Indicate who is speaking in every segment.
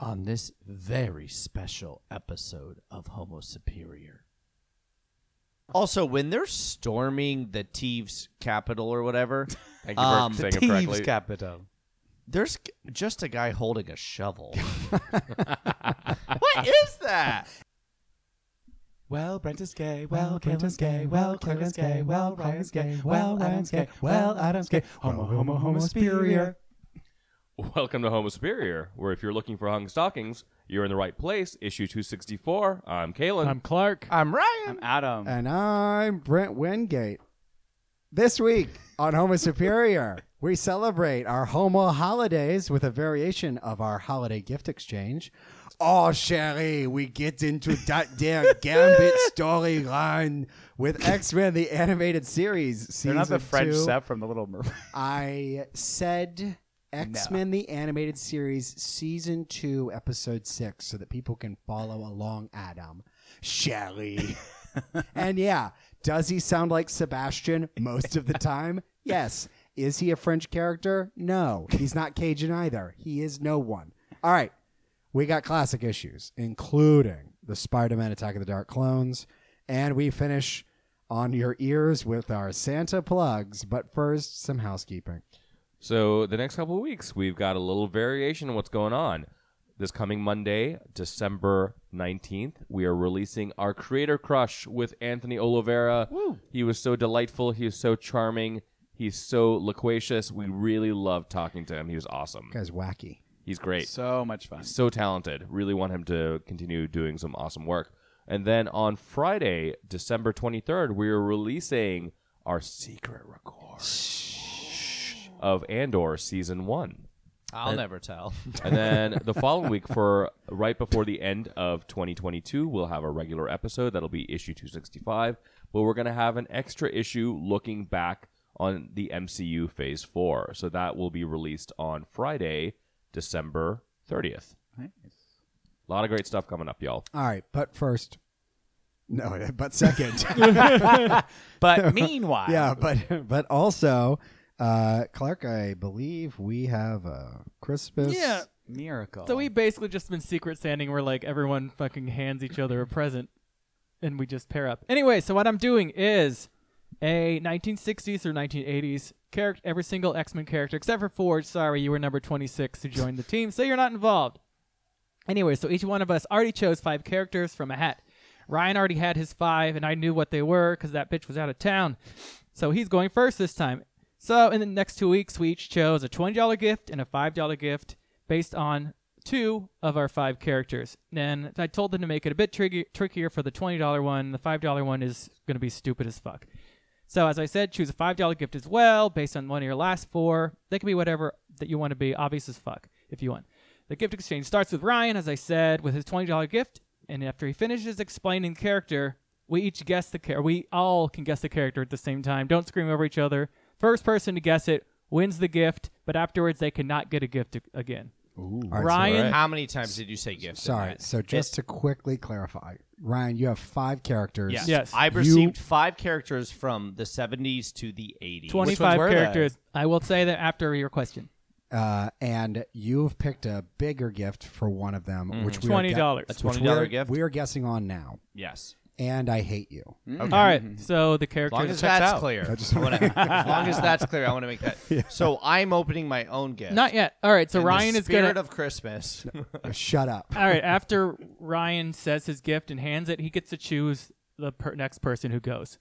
Speaker 1: on this very special episode of Homo Superior. Also, when they're storming the Thieves' capital or whatever,
Speaker 2: Thank you for
Speaker 1: Um,
Speaker 2: saying
Speaker 3: the
Speaker 2: it correctly.
Speaker 3: Thieves Capital.
Speaker 1: there's g- just a guy holding a shovel. what is that?
Speaker 3: Well, Brent is gay. Well, Brent is gay. Well, Claire is gay. Well, Ryan is gay. Well, Ryan's gay. Well, Adam's gay. Homo, homo, homo, superior.
Speaker 2: Welcome to Homo Superior, where if you're looking for hung stockings, you're in the right place. Issue 264. I'm Kalen.
Speaker 4: I'm Clark.
Speaker 1: I'm Ryan.
Speaker 5: I'm Adam.
Speaker 6: And I'm Brent Wingate. This week on Homo Superior, we celebrate our Homo holidays with a variation of our holiday gift exchange. Oh, Sherry, we get into that there Gambit storyline with X Men, the animated series.
Speaker 5: They're not the
Speaker 6: season
Speaker 5: French
Speaker 6: two.
Speaker 5: set from The Little Mermaid.
Speaker 6: I said X Men the animated series season two episode six so that people can follow along Adam. Shelly. and yeah, does he sound like Sebastian most of the time? Yes. Is he a French character? No. He's not Cajun either. He is no one. All right. We got classic issues, including the Spider Man Attack of the Dark Clones. And we finish on your ears with our Santa plugs. But first, some housekeeping.
Speaker 2: So the next couple of weeks, we've got a little variation in what's going on. This coming Monday, December 19th, we are releasing our Creator Crush with Anthony Oliveira. He was so delightful. He was so charming. He's so loquacious. We really loved talking to him. He was awesome.
Speaker 6: guy's wacky.
Speaker 2: He's great.
Speaker 5: So much fun.
Speaker 2: So talented. Really want him to continue doing some awesome work. And then on Friday, December 23rd, we are releasing our secret record of Andor Season 1.
Speaker 1: I'll never tell.
Speaker 2: And then the following week, for right before the end of 2022, we'll have a regular episode. That'll be issue 265. But we're going to have an extra issue looking back on the MCU Phase 4. So that will be released on Friday, December 30th.
Speaker 5: Nice.
Speaker 2: A lot of great stuff coming up, y'all.
Speaker 6: All right, but first, no, but second,
Speaker 5: But meanwhile,
Speaker 6: yeah, but but also, uh, Clark, I believe we have a Christmas.
Speaker 4: Yeah.
Speaker 5: miracle.
Speaker 4: So we basically just been secret standing where like everyone fucking hands each other a present and we just pair up. Anyway, so what I'm doing is a 1960s or 1980s character, every single X Men character except for Forge. Sorry, you were number 26 who joined the team, so you're not involved. Anyway, so each one of us already chose five characters from a hat. Ryan already had his five, and I knew what they were because that bitch was out of town. So he's going first this time. So in the next two weeks, we each chose a $20 gift and a $5 gift based on two of our five characters. And I told them to make it a bit tricky- trickier for the $20 one. The $5 one is going to be stupid as fuck. So as I said, choose a $5 gift as well based on one of your last four. They can be whatever that you want to be, obvious as fuck, if you want. The gift exchange starts with Ryan, as I said, with his $20 gift, and after he finishes explaining character, we each guess the character. We all can guess the character at the same time. Don't scream over each other. First person to guess it wins the gift, but afterwards they cannot get a gift a- again.
Speaker 6: All right,
Speaker 4: Ryan,
Speaker 1: How many times did you say gift?
Speaker 6: so- sorry. So just to quickly clarify, Ryan, you have five characters.
Speaker 1: Yes.
Speaker 4: Yes.
Speaker 1: I
Speaker 4: I
Speaker 1: received five characters from the 70s to the 80s.
Speaker 4: 25
Speaker 5: were they?
Speaker 4: characters. I will say that after your question.
Speaker 6: Uh, and you've picked a bigger gift for one of them,
Speaker 5: Mm-hmm.
Speaker 6: which we
Speaker 4: $20.
Speaker 6: Are
Speaker 1: A
Speaker 6: gu-
Speaker 1: $20
Speaker 6: which we're-
Speaker 1: gift?
Speaker 6: We are guessing on now,
Speaker 1: yes.
Speaker 6: and I hate you.
Speaker 4: All right. So the
Speaker 1: As long
Speaker 4: characters.
Speaker 1: as that's
Speaker 5: out.
Speaker 1: clear.
Speaker 6: I just
Speaker 1: I wanna- as long as that's clear, I want to make that. So I'm opening my own gift.
Speaker 4: Not yet. All right. So
Speaker 1: In the
Speaker 4: Ryan is
Speaker 1: spirit
Speaker 4: going to.
Speaker 1: of Christmas.
Speaker 6: Shut up.
Speaker 4: All right. After Ryan says his gift and hands it, he gets to choose the per- next person who goes.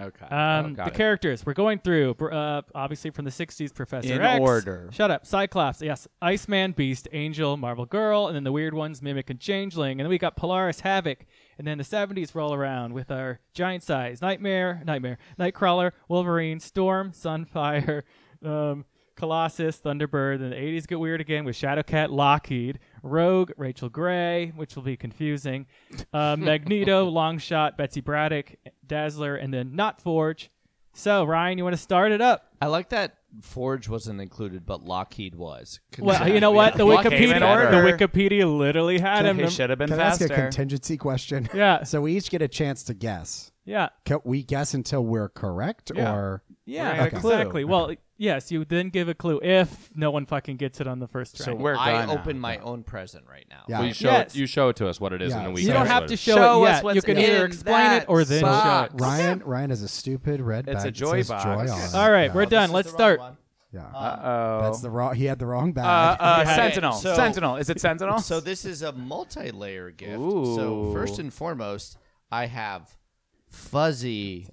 Speaker 5: Okay.
Speaker 4: Um,
Speaker 5: got
Speaker 4: the
Speaker 5: it.
Speaker 4: characters we're going through, br- uh, obviously from the '60s, Professor
Speaker 5: In
Speaker 4: X.
Speaker 5: order.
Speaker 4: Shut up, Cyclops. Yes, Iceman, Beast, Angel, Marvel Girl, and then the weird ones, Mimic and Changeling, and then we got Polaris, Havoc, and then the '70s roll around with our giant size Nightmare, Nightmare, Nightcrawler, Wolverine, Storm, Sunfire, um, Colossus, Thunderbird. Then the '80s get weird again with Shadowcat, Lockheed, Rogue, Rachel Gray, which will be confusing, uh, Magneto, Longshot, Betsy Braddock, Dazzler, and then Not Forge. So Ryan, you want to start it up?
Speaker 1: I like that Forge wasn't included, but Lockheed was.
Speaker 4: Well, you know what? The
Speaker 5: Lock came
Speaker 4: Wikipedia,
Speaker 5: in
Speaker 4: the
Speaker 5: order.
Speaker 4: Wikipedia literally had him.
Speaker 5: It should have been
Speaker 6: Can I ask a
Speaker 5: faster.
Speaker 6: contingency question?
Speaker 4: Yeah.
Speaker 6: so we each get a chance to guess.
Speaker 4: Yeah,
Speaker 6: Can we guess until we're correct, or
Speaker 4: Yeah,
Speaker 5: Right, a clue.
Speaker 4: exactly. Well, yes, you then give a clue if no one fucking gets it on the first try.
Speaker 1: So
Speaker 5: We're
Speaker 1: I
Speaker 5: done now.
Speaker 1: open my own present right now.
Speaker 6: Yeah.
Speaker 2: Well, you show
Speaker 4: Yes.
Speaker 2: it. You show it to us what it is,
Speaker 6: Yeah.
Speaker 2: and then we.
Speaker 4: you
Speaker 2: can
Speaker 4: don't
Speaker 2: show
Speaker 4: have
Speaker 2: it.
Speaker 4: to show,
Speaker 1: Show
Speaker 4: it
Speaker 1: us
Speaker 4: yet.
Speaker 1: what's
Speaker 4: you can
Speaker 1: in
Speaker 4: either explain it
Speaker 1: that
Speaker 4: or then show
Speaker 1: box.
Speaker 4: it.
Speaker 6: Ryan, Ryan has a stupid red
Speaker 5: It's
Speaker 6: bag.
Speaker 5: a
Speaker 6: that
Speaker 5: joy
Speaker 6: says
Speaker 5: box.
Speaker 6: Joy on it.
Speaker 4: All right,
Speaker 6: Yeah.
Speaker 4: we're done. Let's start.
Speaker 6: Yeah.
Speaker 5: Uh-oh.
Speaker 6: That's the wrong. He had the wrong bag.
Speaker 5: uh, uh,
Speaker 1: Okay,
Speaker 5: Sentinel.
Speaker 1: so-
Speaker 5: Sentinel. Is it Sentinel?
Speaker 1: So this is a multi-layer gift. So
Speaker 5: Ooh.
Speaker 1: first and foremost, I have fuzzy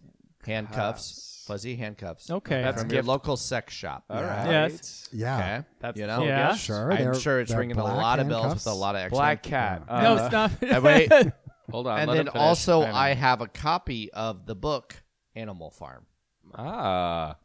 Speaker 1: handcuffs. Fuzzy handcuffs.
Speaker 4: Okay.
Speaker 5: That's-
Speaker 1: From your
Speaker 5: gift.
Speaker 1: local sex shop.
Speaker 5: All right.
Speaker 4: Yes.
Speaker 6: yeah.
Speaker 1: Okay.
Speaker 5: That's
Speaker 1: you know.
Speaker 4: Yeah.
Speaker 6: Sure.
Speaker 1: I'm
Speaker 6: they're-
Speaker 1: sure it's
Speaker 6: they're
Speaker 1: ringing a
Speaker 6: black
Speaker 1: lot of bells
Speaker 6: handcuffs.
Speaker 1: with a lot of excellent.
Speaker 5: Black Cat. Uh,
Speaker 4: no, stop it.
Speaker 1: Uh, wait.
Speaker 2: Hold on.
Speaker 1: and
Speaker 2: let
Speaker 1: then
Speaker 2: him finish.
Speaker 1: also,
Speaker 2: Hang on.
Speaker 1: I have a copy of the book Animal Farm.
Speaker 2: ah.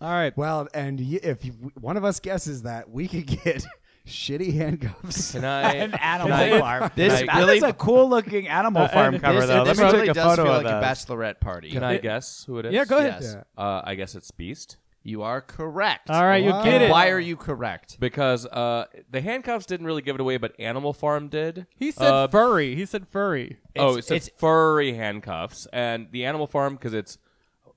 Speaker 4: All right.
Speaker 6: Well, and you, if you, one of us guesses that, we could get shitty handcuffs.
Speaker 2: Can I?
Speaker 5: An animal
Speaker 2: Can I-
Speaker 5: farm.
Speaker 1: This
Speaker 5: that
Speaker 1: really-
Speaker 5: is a cool looking animal
Speaker 4: Uh,
Speaker 5: farm
Speaker 4: and
Speaker 5: cover
Speaker 4: this-
Speaker 5: though.
Speaker 1: this
Speaker 5: Let me
Speaker 1: really
Speaker 5: take a
Speaker 1: does
Speaker 5: photo
Speaker 1: feel
Speaker 5: of
Speaker 1: like a
Speaker 5: that.
Speaker 1: bachelorette party.
Speaker 2: Can I guess who it is?
Speaker 4: Yeah, go ahead.
Speaker 1: Yes.
Speaker 6: Yeah.
Speaker 2: Uh, I guess it's Beast
Speaker 1: You are correct.
Speaker 4: All right, you
Speaker 6: Wow.
Speaker 4: get
Speaker 1: And
Speaker 4: it.
Speaker 1: why are you correct?
Speaker 2: because uh, the handcuffs didn't really give it away, but Animal Farm did.
Speaker 4: He said
Speaker 2: Uh,
Speaker 4: furry. He said furry.
Speaker 2: oh,
Speaker 1: It's-
Speaker 2: it's, it's
Speaker 1: it's-
Speaker 2: furry handcuffs, and the Animal Farm because it's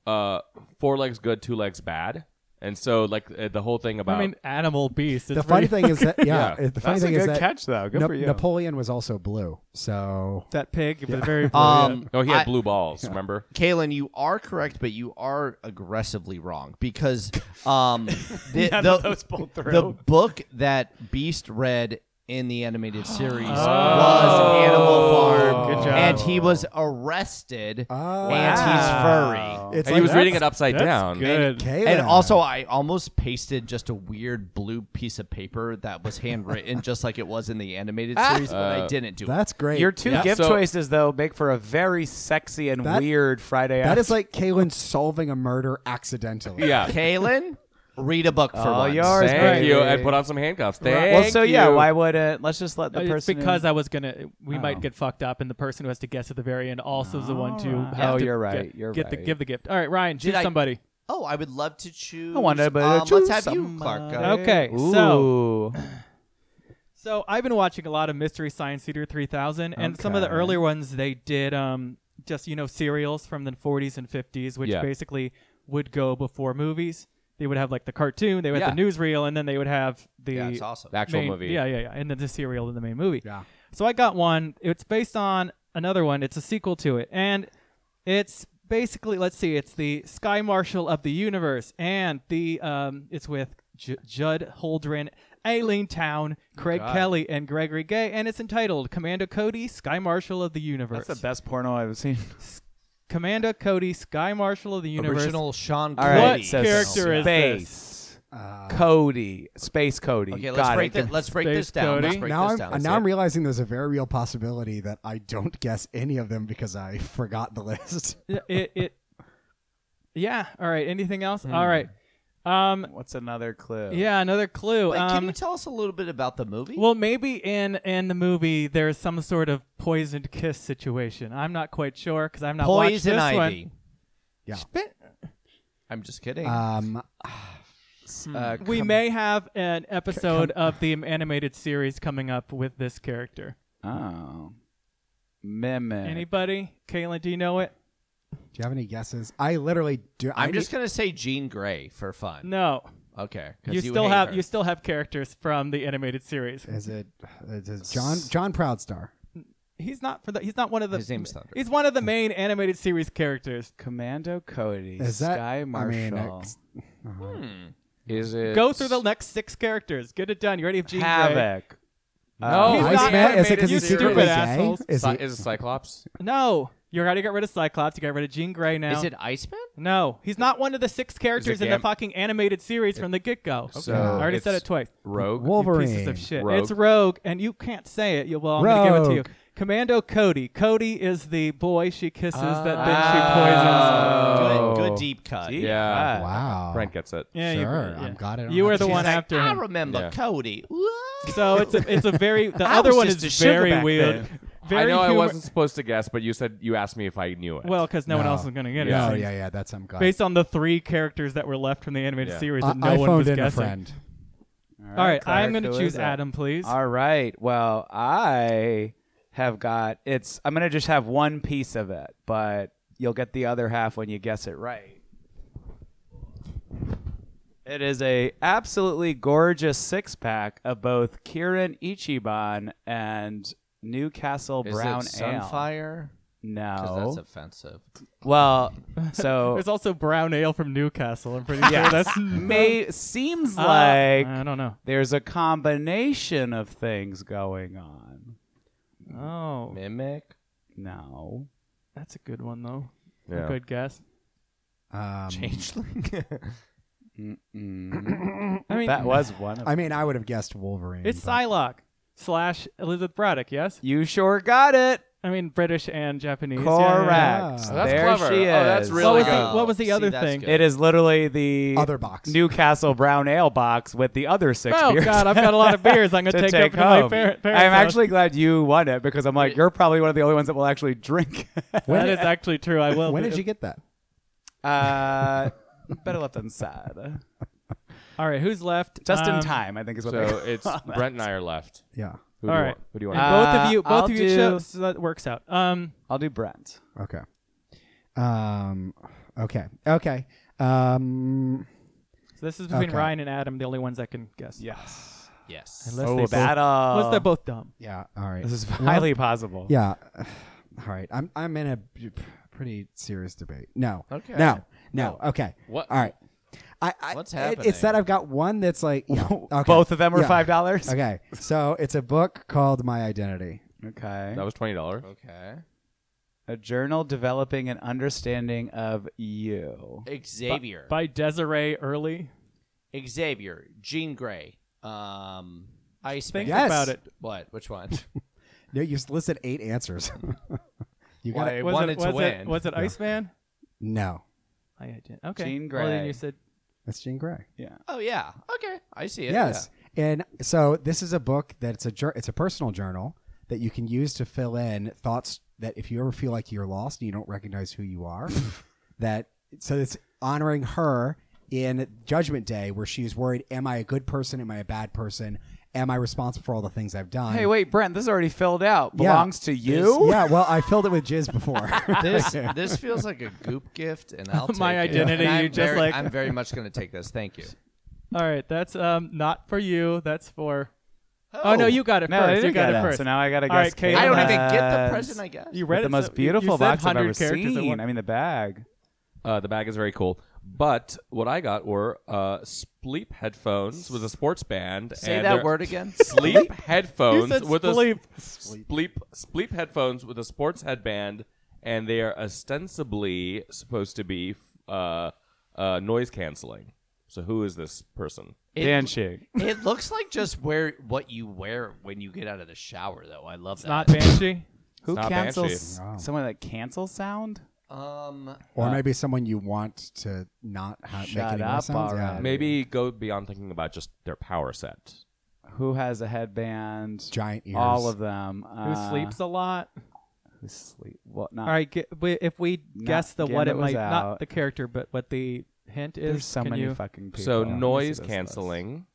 Speaker 2: uh, four legs good, two legs bad, and so like uh, the whole thing about
Speaker 4: I mean, animal beast. It's
Speaker 6: the funny
Speaker 4: pretty-
Speaker 6: thing is that yeah,
Speaker 2: Yeah.
Speaker 6: the funny
Speaker 5: That's a
Speaker 6: thing is
Speaker 5: good
Speaker 6: that
Speaker 5: catch though. Good
Speaker 6: Na-
Speaker 5: for you.
Speaker 6: Napoleon was also blue, so
Speaker 4: that pig with a very.
Speaker 1: Um,
Speaker 2: oh, he had
Speaker 1: I-
Speaker 2: blue balls. Remember?
Speaker 1: Kalen, you are correct, but you are aggressively wrong because um, the,
Speaker 5: None
Speaker 1: the,
Speaker 5: of those pulled through.
Speaker 1: the book that Beast read in the animated series
Speaker 5: Oh.
Speaker 1: was Animal
Speaker 4: Oh.
Speaker 1: Farm,
Speaker 4: Good job.
Speaker 1: and he was arrested,
Speaker 6: Oh.
Speaker 1: and he's furry.
Speaker 2: and
Speaker 6: it's like
Speaker 2: he was reading it
Speaker 4: that's-
Speaker 2: upside
Speaker 4: that's
Speaker 2: down.
Speaker 4: Good.
Speaker 6: Kayla.
Speaker 1: And also, I almost pasted just a weird blue piece of paper that was handwritten, just like it was in the animated
Speaker 5: Ah.
Speaker 1: series,
Speaker 5: Uh,
Speaker 1: but I didn't do it.
Speaker 6: that's great.
Speaker 5: Your two
Speaker 2: Yeah.
Speaker 5: gift
Speaker 2: So-
Speaker 5: choices though make for a very sexy and
Speaker 6: That-
Speaker 5: weird Friday.
Speaker 6: that
Speaker 5: after-
Speaker 6: is like Kalen solving a murder accidentally.
Speaker 2: Yeah.
Speaker 1: Kalen, read a book for
Speaker 5: All
Speaker 1: once.
Speaker 5: yours.
Speaker 2: Thank
Speaker 5: Right.
Speaker 2: you, and put on some handcuffs. Thank
Speaker 5: Well, so yeah,
Speaker 2: you.
Speaker 5: why wouldn't? Let's just let the
Speaker 4: Uh, it's
Speaker 5: person.
Speaker 4: because
Speaker 5: who,
Speaker 4: I was gonna. We might get fucked up, and the person who has to guess at the very end also is the one to.
Speaker 5: Alright.
Speaker 4: have
Speaker 5: Oh,
Speaker 4: to
Speaker 5: you're right,
Speaker 4: Get,
Speaker 5: you're
Speaker 4: get the
Speaker 5: right.
Speaker 4: give the gift. All right, Ryan, choose
Speaker 1: I-
Speaker 4: somebody.
Speaker 1: Oh, I would love to choose.
Speaker 5: I wanted to
Speaker 1: um,
Speaker 5: choose
Speaker 1: Let's have you,
Speaker 5: somebody.
Speaker 1: Clark. Go.
Speaker 4: Okay, so
Speaker 5: Ooh.
Speaker 4: so I've been watching a lot of Mystery Science Theater 3000, and some of the
Speaker 5: Okay.
Speaker 4: earlier ones they did um just you know serials from the 40s and 50s, which
Speaker 2: Yeah.
Speaker 4: basically would go before movies. They would have like the cartoon, they would have the
Speaker 2: Yeah.
Speaker 4: newsreel, and then they would have the
Speaker 1: Yeah, it's awesome.
Speaker 2: The actual
Speaker 4: main-
Speaker 2: movie.
Speaker 4: Yeah, yeah, yeah. And then the serial in the main movie.
Speaker 6: Yeah.
Speaker 4: So I got one. It's based on another one. It's a sequel to it. And it's basically, let's see, it's the Sky Marshal of the Universe. And the um, it's with J- Judd Holdren, Aileen Town, Craig Kelly, and Gregory Gay. And it's entitled Commander Cody, Sky Marshal of the Universe.
Speaker 5: That's the best porno I've seen.
Speaker 4: Commander Cody, Sky Marshal of the Universe.
Speaker 1: Original Sean
Speaker 5: All
Speaker 1: Connery.
Speaker 5: right,
Speaker 4: What
Speaker 5: so
Speaker 4: character is
Speaker 5: space.
Speaker 6: Uh,
Speaker 5: Cody, Space Cody.
Speaker 1: Okay, let's
Speaker 5: Got
Speaker 1: break,
Speaker 5: it.
Speaker 1: that, let's break
Speaker 4: Space
Speaker 1: this down. Let's
Speaker 4: Cody.
Speaker 1: break
Speaker 6: now
Speaker 1: this
Speaker 6: I'm
Speaker 1: down.
Speaker 6: uh, now I'm realizing there's a very real possibility that I don't guess any of them because I forgot the list.
Speaker 4: Yeah, It, it, yeah. All right. Anything else? All right. Um,
Speaker 5: What's another clue?
Speaker 4: yeah, another clue.
Speaker 1: Wait,
Speaker 4: um,
Speaker 1: can you tell us a little bit about the movie?
Speaker 4: Well, maybe in in the movie there's some sort of poisoned kiss situation. I'm not quite sure because I'm not watched
Speaker 1: Poison
Speaker 4: this
Speaker 1: Ivy.
Speaker 6: Yeah.
Speaker 1: I'm just kidding.
Speaker 6: Um,
Speaker 5: Uh,
Speaker 4: one. We may have an episode of the animated series coming up with this character.
Speaker 5: oh. Mimic.
Speaker 4: Anybody? Caitlin, do you know it?
Speaker 6: do you have any guesses? I literally do. I
Speaker 1: I'm just
Speaker 6: need-
Speaker 1: gonna say Jean Grey for fun.
Speaker 4: No.
Speaker 1: Okay. 'cause
Speaker 4: You, still
Speaker 1: hate
Speaker 4: have
Speaker 1: her.
Speaker 4: you still have characters from the animated series.
Speaker 6: Is it is it John John Proudstar?
Speaker 4: He's not for the, he's not one of the
Speaker 1: His name's Thunder.
Speaker 4: He's one of the main animated series characters.
Speaker 5: Commando Cody.
Speaker 6: Is that
Speaker 5: Sky Marshal.
Speaker 6: I mean, uh, ex-
Speaker 2: Is it?
Speaker 4: Go through the next six characters. Get it done. You ready? If Jean Grey-
Speaker 5: Havoc.
Speaker 2: No,
Speaker 4: Oh, He's
Speaker 2: I
Speaker 4: not
Speaker 6: Iceman? Is it
Speaker 4: animated.
Speaker 6: because
Speaker 4: you
Speaker 6: he's
Speaker 4: stupid
Speaker 6: secretly gay?
Speaker 4: assholes.
Speaker 6: Is
Speaker 2: Cy-
Speaker 6: it?
Speaker 2: is it Cyclops?
Speaker 4: No. You already got rid of Cyclops. You got rid of Jean Grey now.
Speaker 1: Is it Iceman?
Speaker 4: No, he's not one of the six characters in the
Speaker 2: Gam-
Speaker 4: fucking animated series from the get go.
Speaker 2: So
Speaker 4: I already
Speaker 2: it's
Speaker 4: said it twice.
Speaker 2: Rogue.
Speaker 6: Wolverine.
Speaker 4: Pieces of shit.
Speaker 2: Rogue.
Speaker 4: It's Rogue, and you can't say it. You, well, I'm going to give it to you.
Speaker 6: Rogue.
Speaker 4: Commando Cody. Cody is the boy she kisses that then she
Speaker 5: Ah.
Speaker 4: poisons.
Speaker 5: Oh.
Speaker 1: Good, good deep cut.
Speaker 2: Yeah.
Speaker 6: Wow.
Speaker 2: Frank gets it.
Speaker 4: Ah. Yeah, you-
Speaker 6: Sure,
Speaker 4: yeah.
Speaker 6: I'm glad I don't
Speaker 4: You
Speaker 6: have to
Speaker 4: were the
Speaker 6: choose.
Speaker 4: one
Speaker 1: Like,
Speaker 4: after
Speaker 1: I
Speaker 4: him.
Speaker 1: remember
Speaker 2: Yeah.
Speaker 1: Cody. What?
Speaker 4: So it's a it's a very the
Speaker 5: I
Speaker 4: other
Speaker 5: was
Speaker 4: one
Speaker 5: just
Speaker 4: is
Speaker 5: a sugar
Speaker 4: very
Speaker 5: back
Speaker 4: weird.
Speaker 5: then.
Speaker 4: Very
Speaker 2: I know I
Speaker 4: humor-
Speaker 2: wasn't supposed to guess, but you said you asked me if I knew it.
Speaker 4: well because no, one
Speaker 6: No.
Speaker 4: else is going to get it.
Speaker 6: No,
Speaker 4: So
Speaker 6: Oh, yeah, yeah. That's I'm glad.
Speaker 4: Based on the three characters that were left from the animated
Speaker 2: Yeah.
Speaker 4: series
Speaker 6: I,
Speaker 4: that no
Speaker 6: I
Speaker 4: one
Speaker 6: phoned
Speaker 4: was
Speaker 6: in
Speaker 4: guessing.
Speaker 6: a friend.
Speaker 4: All right,
Speaker 5: Clark,
Speaker 4: I'm going to
Speaker 5: who
Speaker 4: choose
Speaker 5: is it?
Speaker 4: Adam, please.
Speaker 5: All right. Well, I have got it's I'm going to just have one piece of it, but you'll get the other half when you guess it right. It is a absolutely gorgeous six pack of both Kirin Ichiban and Newcastle Brown
Speaker 1: Is it
Speaker 5: Ale.
Speaker 1: Sunfire? Because
Speaker 5: No.
Speaker 1: that's offensive.
Speaker 5: well, so
Speaker 4: There's also brown ale from Newcastle. I'm pretty sure that's
Speaker 5: may seems
Speaker 4: Uh,
Speaker 5: like
Speaker 4: I don't know.
Speaker 5: there's a combination of things going on.
Speaker 4: Oh,
Speaker 1: Mimic?
Speaker 5: No.
Speaker 4: that's a good one though.
Speaker 2: Yeah.
Speaker 4: A good guess.
Speaker 6: Um,
Speaker 1: Changeling?
Speaker 5: Mm-mm.
Speaker 4: I mean,
Speaker 5: that was one of
Speaker 6: I mean, I would have guessed Wolverine.
Speaker 5: Mm-hmm.
Speaker 4: it's
Speaker 6: but-
Speaker 4: Psylocke slash Elizabeth Braddock. Yes,
Speaker 5: You sure got it.
Speaker 4: I mean British and Japanese. yeah,
Speaker 5: Correct.
Speaker 4: yeah, yeah.
Speaker 6: yeah.
Speaker 2: That's
Speaker 5: there
Speaker 2: clever.
Speaker 5: she is.
Speaker 2: Oh, that's
Speaker 4: What
Speaker 2: really
Speaker 4: was,
Speaker 2: good.
Speaker 4: the, what was the
Speaker 1: See,
Speaker 4: other
Speaker 1: that's
Speaker 4: thing?
Speaker 1: good.
Speaker 5: It is literally the
Speaker 6: Other box.
Speaker 5: Newcastle Brown Ale box with the other six
Speaker 4: Oh
Speaker 5: beers.
Speaker 4: God, I've got a lot of beers. I'm gonna
Speaker 5: to
Speaker 4: take,
Speaker 5: take
Speaker 4: up to my
Speaker 5: home.
Speaker 4: par- parents.
Speaker 5: I'm
Speaker 4: house.
Speaker 5: actually glad you won it because I'm like, you're probably one of the only ones that will actually drink.
Speaker 4: that is actually true. I will.
Speaker 6: When
Speaker 4: be-
Speaker 6: did you get that?
Speaker 5: uh, better left unside.
Speaker 4: All right, who's left?
Speaker 5: Just
Speaker 4: Um,
Speaker 5: in time, I think is what they
Speaker 2: So it's Brent and I are left.
Speaker 6: Yeah.
Speaker 2: Who
Speaker 4: All
Speaker 2: do you
Speaker 4: right.
Speaker 2: want? Who do you
Speaker 4: And
Speaker 2: want?
Speaker 5: Uh,
Speaker 4: both of you, both
Speaker 5: I'll
Speaker 4: of you
Speaker 5: do-
Speaker 4: chose, so that works out. Um,
Speaker 5: I'll do Brent.
Speaker 6: Okay. Um. Okay. Okay. Um.
Speaker 4: so this is between
Speaker 6: Okay.
Speaker 4: Ryan and Adam, the only ones that can guess.
Speaker 5: Yes.
Speaker 1: Yes.
Speaker 4: Unless
Speaker 5: oh,
Speaker 4: they
Speaker 5: a battle.
Speaker 4: Unless they're both dumb.
Speaker 6: Yeah. All right.
Speaker 5: This is highly possible.
Speaker 6: Yeah. All right. I'm I'm in a p- pretty serious debate. No.
Speaker 1: Okay.
Speaker 6: No. No. Okay.
Speaker 2: What-
Speaker 6: All right. I, I
Speaker 1: What's
Speaker 6: it-
Speaker 1: happening?
Speaker 6: It's that I've got one that's like yeah. Okay.
Speaker 5: Both of them are
Speaker 6: Yeah.
Speaker 5: five dollars.
Speaker 6: Okay. So it's a book called My Identity.
Speaker 5: Okay.
Speaker 2: That was twenty dollars.
Speaker 1: Okay.
Speaker 5: A journal developing an understanding of you.
Speaker 1: Xavier.
Speaker 4: By Desiree Early.
Speaker 1: Xavier. Jean Grey. Um, Iceman.
Speaker 4: Think
Speaker 6: Yes.
Speaker 4: about it.
Speaker 1: What? Which one?
Speaker 6: No, you listed eight answers. you got
Speaker 1: Why-
Speaker 6: to
Speaker 1: They
Speaker 4: was
Speaker 1: wanted
Speaker 4: it,
Speaker 1: to
Speaker 4: was
Speaker 1: win.
Speaker 4: It, was it Iceman?
Speaker 6: no.
Speaker 4: I did. Okay.
Speaker 5: Jean
Speaker 4: Well, then
Speaker 5: Grey.
Speaker 4: you said
Speaker 6: That's Jean Grey.
Speaker 1: oh yeah. Okay. I see it.
Speaker 6: Yes. And so this is a book that's a jour- it's a personal journal that you can use to fill in thoughts that if you ever feel like you're lost and you don't recognize who you are, that so it's honoring her in Judgment Day where she's worried, am I a good person? Am I a bad person? Am I responsible for all the things I've done?
Speaker 5: Hey, wait, Brent. This is already filled out.
Speaker 6: Yeah.
Speaker 5: Belongs to you.
Speaker 6: Yeah, well, I filled it with jizz before.
Speaker 1: Yeah. This this feels like a goop gift, and I'll
Speaker 4: My
Speaker 1: take it.
Speaker 4: identity,
Speaker 1: And I'm
Speaker 4: you just
Speaker 1: very-
Speaker 4: like-
Speaker 1: I'm very much going to take this. Thank you.
Speaker 4: all right, that's um not for you. That's for Oh, no, you got it
Speaker 5: No, I
Speaker 4: first.
Speaker 5: didn't
Speaker 4: You got
Speaker 5: get
Speaker 4: it first.
Speaker 5: So now I gotta
Speaker 4: All right,
Speaker 5: guess.
Speaker 4: Caleb.
Speaker 1: I don't even
Speaker 5: Caleb's.
Speaker 1: get the present. I guess.
Speaker 4: you
Speaker 5: With
Speaker 4: read
Speaker 5: the
Speaker 4: it,
Speaker 5: most
Speaker 4: so- you-
Speaker 5: beautiful
Speaker 4: you said
Speaker 5: box I've
Speaker 4: 100
Speaker 5: ever
Speaker 4: characters at
Speaker 5: seen.
Speaker 4: one-
Speaker 5: I mean, the bag.
Speaker 2: Uh, the bag is very cool. But what I got were uh, Spleep headphones with a sports band.
Speaker 1: Say
Speaker 2: and
Speaker 1: that
Speaker 2: they're-
Speaker 1: word again.
Speaker 2: Sleep headphones
Speaker 4: You said
Speaker 2: with
Speaker 4: spleep.
Speaker 2: a sleep sleep headphones with a sports headband, and they are ostensibly supposed to be uh, uh, noise canceling. So who is this person?
Speaker 1: It-
Speaker 5: Dan Shig.
Speaker 1: It looks like just where what you wear when you get out of the shower, though. I love
Speaker 4: It's
Speaker 1: that.
Speaker 4: not Banshee.
Speaker 5: Who
Speaker 2: not
Speaker 5: cancels
Speaker 6: Banshee. Wow.
Speaker 5: someone that cancels sound?
Speaker 1: um,
Speaker 6: or maybe someone you want to not ha- make
Speaker 5: Shut
Speaker 6: any more
Speaker 5: up
Speaker 6: sounds. Yeah.
Speaker 5: already.
Speaker 2: Maybe go beyond thinking about just their power set.
Speaker 5: Who has a headband?
Speaker 6: Giant ears.
Speaker 5: All of them.
Speaker 4: Who
Speaker 5: Uh,
Speaker 4: sleeps a lot?
Speaker 5: Who sleep? What? Not.
Speaker 4: All right, ge- we- if we
Speaker 5: Not
Speaker 4: guess the what
Speaker 5: Gambit
Speaker 4: it might
Speaker 5: was
Speaker 4: not
Speaker 5: out.
Speaker 4: the character, but what the hint is,
Speaker 5: There's so
Speaker 4: can
Speaker 5: many
Speaker 4: you?
Speaker 5: fucking people.
Speaker 2: so
Speaker 5: Let me see
Speaker 2: noise
Speaker 5: this list.
Speaker 2: canceling.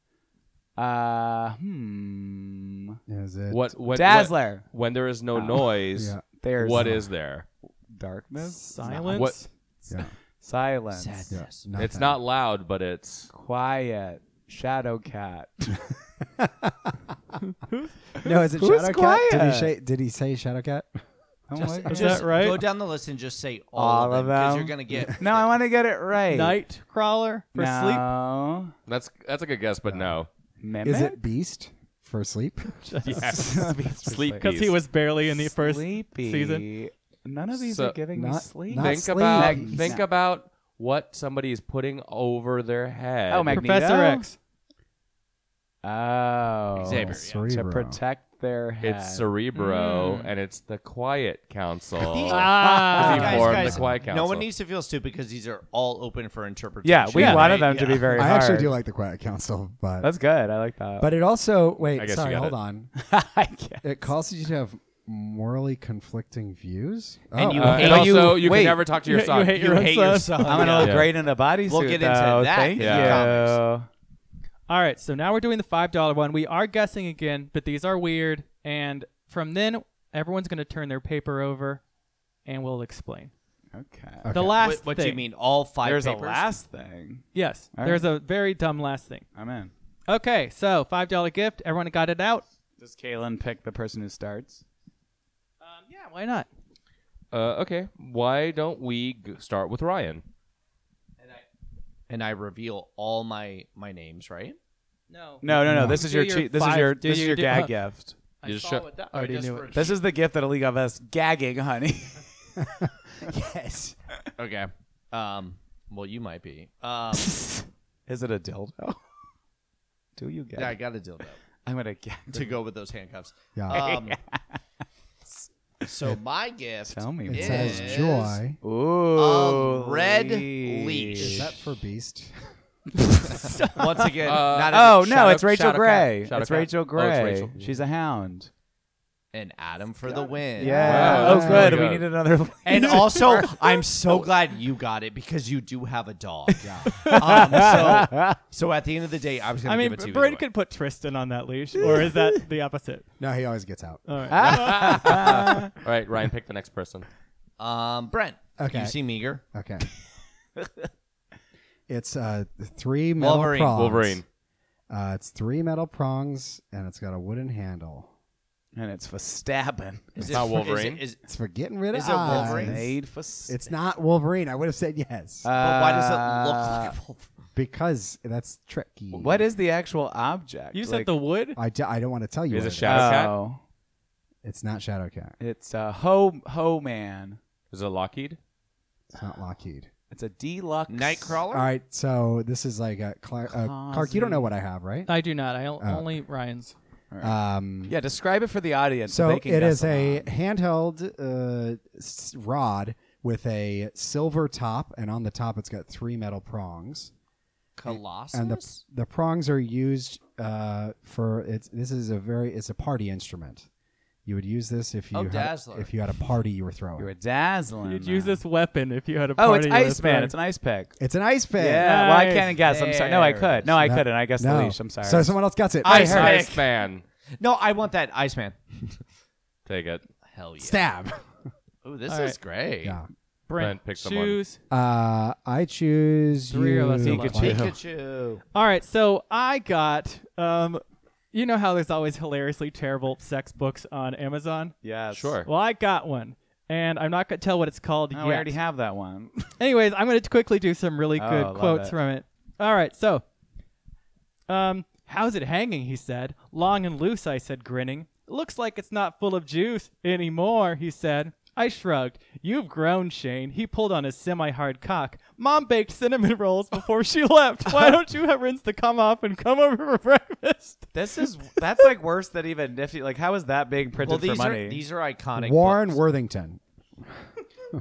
Speaker 5: Uh, hmm.
Speaker 6: Is it
Speaker 2: What when,
Speaker 5: Dazzler.
Speaker 2: When, when there is no noise,
Speaker 6: Yeah.
Speaker 5: There's
Speaker 2: what is there?
Speaker 5: darkness?
Speaker 4: silence.
Speaker 2: What-
Speaker 6: Yeah.
Speaker 5: Silence.
Speaker 6: Yeah,
Speaker 2: It's
Speaker 6: nothing.
Speaker 2: not loud, but it's
Speaker 5: Quiet. Shadow cat.
Speaker 6: No, is it
Speaker 5: Who's
Speaker 6: Shadow
Speaker 5: quiet?
Speaker 6: Cat? Did he, say, did he say Shadow Cat?
Speaker 5: Oh
Speaker 1: just,
Speaker 5: my God.
Speaker 4: Is
Speaker 1: just
Speaker 4: that right?
Speaker 1: go down the list and just say all,
Speaker 5: All
Speaker 1: of
Speaker 5: of
Speaker 1: them because
Speaker 5: them?
Speaker 1: you're gonna get
Speaker 5: No, I want to get it right.
Speaker 4: Night crawler for sleep.
Speaker 5: no.
Speaker 2: that's that's a good guess, but no.
Speaker 5: Mimic?
Speaker 6: Is it Beast for sleep?
Speaker 2: Yes. Sleep
Speaker 4: Because he
Speaker 2: beast.
Speaker 4: was barely in the first
Speaker 5: Sleepy.
Speaker 4: season.
Speaker 5: None of these
Speaker 2: So-
Speaker 5: are giving me
Speaker 6: Not-
Speaker 5: sleep.
Speaker 6: not
Speaker 2: think
Speaker 6: sleep.
Speaker 2: about
Speaker 5: Mag-
Speaker 2: think
Speaker 5: no.
Speaker 2: about what somebody is putting over their head.
Speaker 5: Oh, Magneto?
Speaker 4: Professor X.
Speaker 5: Oh.
Speaker 1: Xavier.
Speaker 5: To
Speaker 6: Cerebro.
Speaker 5: protect their head.
Speaker 2: It's Cerebro, and it's the Quiet Council. Uh, He
Speaker 4: Ah,
Speaker 1: Uh,
Speaker 5: Uh,
Speaker 1: Guys,
Speaker 2: formed
Speaker 1: guys,
Speaker 2: the Quiet Council.
Speaker 1: No one needs to feel stupid because these are all open for interpretation.
Speaker 5: yeah, we
Speaker 4: Yeah,
Speaker 5: wanted
Speaker 1: right?
Speaker 5: them to be
Speaker 1: Yeah.
Speaker 5: very
Speaker 6: I
Speaker 5: hard.
Speaker 6: actually do like the Quiet Council, but
Speaker 5: That's good. I like that.
Speaker 6: but it also wait.
Speaker 2: I guess you
Speaker 6: sorry,
Speaker 2: got
Speaker 6: hold
Speaker 2: it.
Speaker 6: on.
Speaker 5: I can't.
Speaker 6: It causes you to have morally conflicting views.
Speaker 1: And
Speaker 6: Oh,
Speaker 1: you
Speaker 2: Uh,
Speaker 1: hate
Speaker 2: and also, you
Speaker 5: wait.
Speaker 2: can never talk to your
Speaker 4: You-
Speaker 2: son.
Speaker 4: you hate your own son.
Speaker 5: I'm gonna look
Speaker 2: Yeah.
Speaker 5: great in a bodysuit.
Speaker 1: We'll get into
Speaker 5: though.
Speaker 1: that
Speaker 5: Thank
Speaker 1: in
Speaker 5: you.
Speaker 1: comics.
Speaker 4: All right, so now we're doing the five dollar one. We are guessing again, but these are weird. And from then, everyone's going to turn their paper over, and we'll explain.
Speaker 5: Okay.
Speaker 4: The last
Speaker 1: What, what do
Speaker 4: thing.
Speaker 1: you mean? All five
Speaker 5: There's
Speaker 1: papers?
Speaker 5: a last thing.
Speaker 4: Yes.
Speaker 5: All
Speaker 4: there's a very dumb last thing.
Speaker 5: I'm in.
Speaker 4: Okay, so five dollar gift. Everyone got it out.
Speaker 5: Does Kalen pick the person who starts?
Speaker 4: Um, yeah, why not?
Speaker 2: Uh, okay, why don't we g- start with Ryan?
Speaker 1: And I reveal all my my names, right?
Speaker 4: No.
Speaker 5: No, no, no.
Speaker 6: No.
Speaker 5: This is
Speaker 4: Do
Speaker 5: your,
Speaker 4: your
Speaker 5: cheat. This is
Speaker 4: five-
Speaker 5: your.
Speaker 4: do
Speaker 5: This is
Speaker 4: your
Speaker 5: your
Speaker 4: do-
Speaker 5: gag
Speaker 4: uh,
Speaker 5: gift.
Speaker 2: You just shut-
Speaker 4: I already knew it.
Speaker 5: This is the gift that'll leave of us gagging, honey.
Speaker 6: yes.
Speaker 1: Okay. Um. Well, you might be. Um.
Speaker 5: Is it a dildo? Do you gag?
Speaker 1: yeah, I got a dildo
Speaker 5: I'm gonna gag.
Speaker 1: to go with those handcuffs.
Speaker 6: Yeah.
Speaker 1: Um, So my gift
Speaker 5: Tell me.
Speaker 6: it
Speaker 5: more.
Speaker 1: is-
Speaker 6: says joy.
Speaker 5: Ooh.
Speaker 1: of red leash.
Speaker 6: Is that for Beast?
Speaker 1: once again.
Speaker 2: Uh,
Speaker 1: not
Speaker 5: Oh
Speaker 1: a,
Speaker 5: no! It's
Speaker 2: Shadow-
Speaker 5: Rachel
Speaker 2: Shadow Cat.
Speaker 5: Gray.
Speaker 2: Shadow
Speaker 5: It's
Speaker 2: Cat.
Speaker 5: Rachel
Speaker 2: Oh,
Speaker 5: Gray.
Speaker 2: it's Rachel.
Speaker 5: She's a hound.
Speaker 1: an Adam for the win.
Speaker 5: Yeah.
Speaker 2: Wow.
Speaker 5: Oh,
Speaker 2: That's
Speaker 5: good.
Speaker 2: really
Speaker 5: We
Speaker 2: good.
Speaker 5: need another.
Speaker 1: And
Speaker 5: leash.
Speaker 1: also, I'm
Speaker 6: Oh.
Speaker 1: so glad you got it because you do have a dog. Um, so, so at the end of the day, I was going
Speaker 4: I
Speaker 1: to
Speaker 4: mean,
Speaker 1: give it to you.
Speaker 4: Brady
Speaker 1: anyway.
Speaker 4: could put Tristan on that leash, or is that the opposite?
Speaker 6: No, he always gets out.
Speaker 4: All right.
Speaker 2: All right, Ryan, pick the next person.
Speaker 1: Um, Brent.
Speaker 6: Okay.
Speaker 1: You seem eager.
Speaker 6: Okay. it's uh three metal
Speaker 1: Wolverine.
Speaker 6: prongs.
Speaker 2: Wolverine.
Speaker 6: Uh, it's three metal prongs and it's got a wooden handle.
Speaker 5: and it's for stabbing.
Speaker 1: Is
Speaker 2: It's not
Speaker 1: for- is
Speaker 2: Wolverine.
Speaker 1: Is
Speaker 6: It's for getting rid of
Speaker 1: Is it Wolverine?
Speaker 6: eyes.
Speaker 5: Made for. St-
Speaker 6: It's not Wolverine. I would have said yes
Speaker 5: Uh,
Speaker 1: but why does it
Speaker 6: Uh,
Speaker 1: look like Wolverine?
Speaker 6: because that's tricky.
Speaker 5: What is the actual object?
Speaker 4: You
Speaker 5: Like-
Speaker 4: said the wood.
Speaker 6: I, d- I don't want to tell you.
Speaker 2: Is
Speaker 6: what
Speaker 2: it
Speaker 6: it is.
Speaker 2: Shadow Cat?
Speaker 5: Oh,
Speaker 6: It's not Shadowcat.
Speaker 5: it's a ho ho man.
Speaker 2: Is it Lockheed?
Speaker 6: It's
Speaker 5: Ah.
Speaker 6: not Lockheed.
Speaker 5: It's a deluxe
Speaker 1: Nightcrawler.
Speaker 6: All right, so this is like a Clark. Uh, Clark, you don't know what I have, right?
Speaker 4: I do not. I o-
Speaker 6: Oh.
Speaker 4: only Ryan's.
Speaker 6: Um,
Speaker 5: Yeah, describe it for the audience.
Speaker 6: So
Speaker 5: they can
Speaker 6: it
Speaker 5: guess
Speaker 6: is a
Speaker 5: along.
Speaker 6: handheld uh, s- rod with a silver top, and on the top it's got three metal prongs.
Speaker 1: Colossus.
Speaker 6: And the the prongs are used uh, for it's. This is a very it's a party instrument. You would use this if you
Speaker 1: Oh,
Speaker 6: had,
Speaker 1: Dazzler.
Speaker 6: if you had a party you were throwing.
Speaker 5: You're dazzling.
Speaker 4: You'd use
Speaker 5: them.
Speaker 4: this weapon if you had a
Speaker 5: Oh,
Speaker 4: party.
Speaker 5: it's
Speaker 4: you were
Speaker 5: Iceman.
Speaker 4: throwing.
Speaker 5: It's an ice pick.
Speaker 6: it's an ice pick.
Speaker 5: Yeah. Well, I
Speaker 4: Nice.
Speaker 5: can't guess. I'm sorry. No, I
Speaker 1: There
Speaker 5: could. No, I
Speaker 6: No,
Speaker 5: couldn't. I guessed
Speaker 6: no.
Speaker 5: the leash. I'm sorry.
Speaker 6: So someone else gets it.
Speaker 1: Ice
Speaker 6: I heard.
Speaker 1: pick.
Speaker 2: Iceman.
Speaker 1: no, I want that Iceman.
Speaker 2: Take it.
Speaker 1: Hell yeah.
Speaker 6: Stab.
Speaker 1: Oh, this
Speaker 4: All
Speaker 1: is great.
Speaker 6: Yeah.
Speaker 4: Brent,
Speaker 2: Brent, pick someone.
Speaker 4: shoes.
Speaker 6: Uh, I choose
Speaker 4: Three
Speaker 6: you.
Speaker 4: of us are left.
Speaker 6: Pikachu.
Speaker 1: Pikachu.
Speaker 4: All right, so I got. Um, you know how there's always hilariously terrible sex books on Amazon.
Speaker 5: Yeah.
Speaker 2: Sure.
Speaker 4: Well, I got one, and I'm not gonna tell what it's called
Speaker 5: No,
Speaker 4: yet.
Speaker 5: we Oh, already have that one.
Speaker 4: Anyways, I'm going to quickly do some really
Speaker 5: Oh,
Speaker 4: good
Speaker 5: love
Speaker 4: quotes
Speaker 5: it.
Speaker 4: from it. All right, so, um, how's it hanging? He said. Long and loose, I said, grinning. Looks like it's not full of juice anymore, he said. I shrugged. You've grown, Shane. He pulled on his semi hard cock. Mom baked cinnamon rolls before she left. Why don't you rinse the cum off and come over for breakfast?
Speaker 5: this is that's like worse than even Nifty. Like, how is that being printed
Speaker 1: Well,
Speaker 5: for
Speaker 1: these
Speaker 5: money?
Speaker 1: are these are iconic.
Speaker 6: Warren
Speaker 1: books.
Speaker 6: Worthington.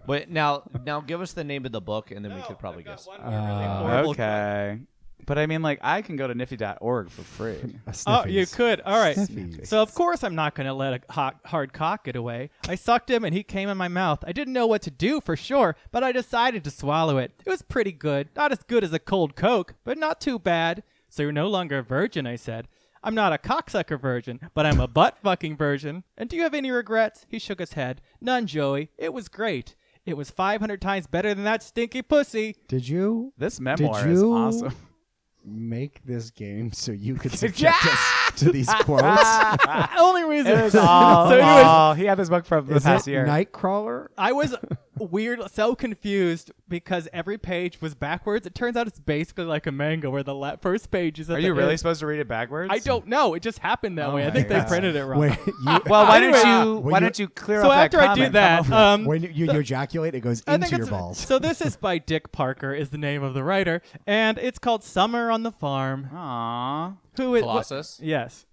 Speaker 1: Wait, now now give us the name of the book, and then we could probably guess.
Speaker 4: horrible-
Speaker 5: Uh, okay. But I mean, like, I can go to nifty.org for free.
Speaker 6: A
Speaker 4: Oh, you
Speaker 6: Sniffies.
Speaker 4: could. All right.
Speaker 6: Sniffies.
Speaker 4: So of course I'm not going to let a hot, hard cock get away. I sucked him and he came in my mouth. I didn't know what to do for sure, but I decided to swallow it. It was pretty good. Not as good as a cold coke, but not too bad. So you're no longer a virgin, I said. I'm not a cocksucker virgin, but I'm a butt fucking virgin. And do you have any regrets? He shook his head. None, Joey. It was great. It was 500 times better than that stinky pussy.
Speaker 6: Did you
Speaker 5: This memoir
Speaker 6: Did
Speaker 5: is
Speaker 6: you-
Speaker 5: awesome.
Speaker 6: make this game so you could subject us to these quotes?
Speaker 4: Only reason
Speaker 5: It was all,
Speaker 4: So anyways-
Speaker 5: all- he had this book from the
Speaker 6: Is
Speaker 5: past
Speaker 6: it
Speaker 5: year.
Speaker 6: Nightcrawler?
Speaker 4: I was weird, so confused because every page was backwards. It turns out it's basically like a manga where the la- first page is. At
Speaker 5: Are
Speaker 4: the
Speaker 5: you really
Speaker 4: end.
Speaker 5: supposed to read it backwards?
Speaker 4: I don't know. It just happened that
Speaker 5: Oh
Speaker 4: way. I
Speaker 5: my
Speaker 4: think they
Speaker 5: God.
Speaker 4: printed it wrong.
Speaker 6: When you,
Speaker 5: Well, why
Speaker 4: Anyway,
Speaker 5: don't you
Speaker 6: uh,
Speaker 5: why
Speaker 6: when you-
Speaker 5: don't you clear
Speaker 4: so
Speaker 5: off
Speaker 4: after
Speaker 5: that
Speaker 4: I do
Speaker 5: comment,
Speaker 4: that,
Speaker 5: come over-
Speaker 4: um,
Speaker 6: when you, you ejaculate, it goes
Speaker 4: I think
Speaker 6: into your
Speaker 4: it's-
Speaker 6: balls.
Speaker 4: So this is by Dick Parker, is the name of the writer, and it's called "Summer on the
Speaker 5: Ah,
Speaker 4: Farm."
Speaker 5: Aw.
Speaker 4: Who is what-
Speaker 1: Colossus.
Speaker 4: yes.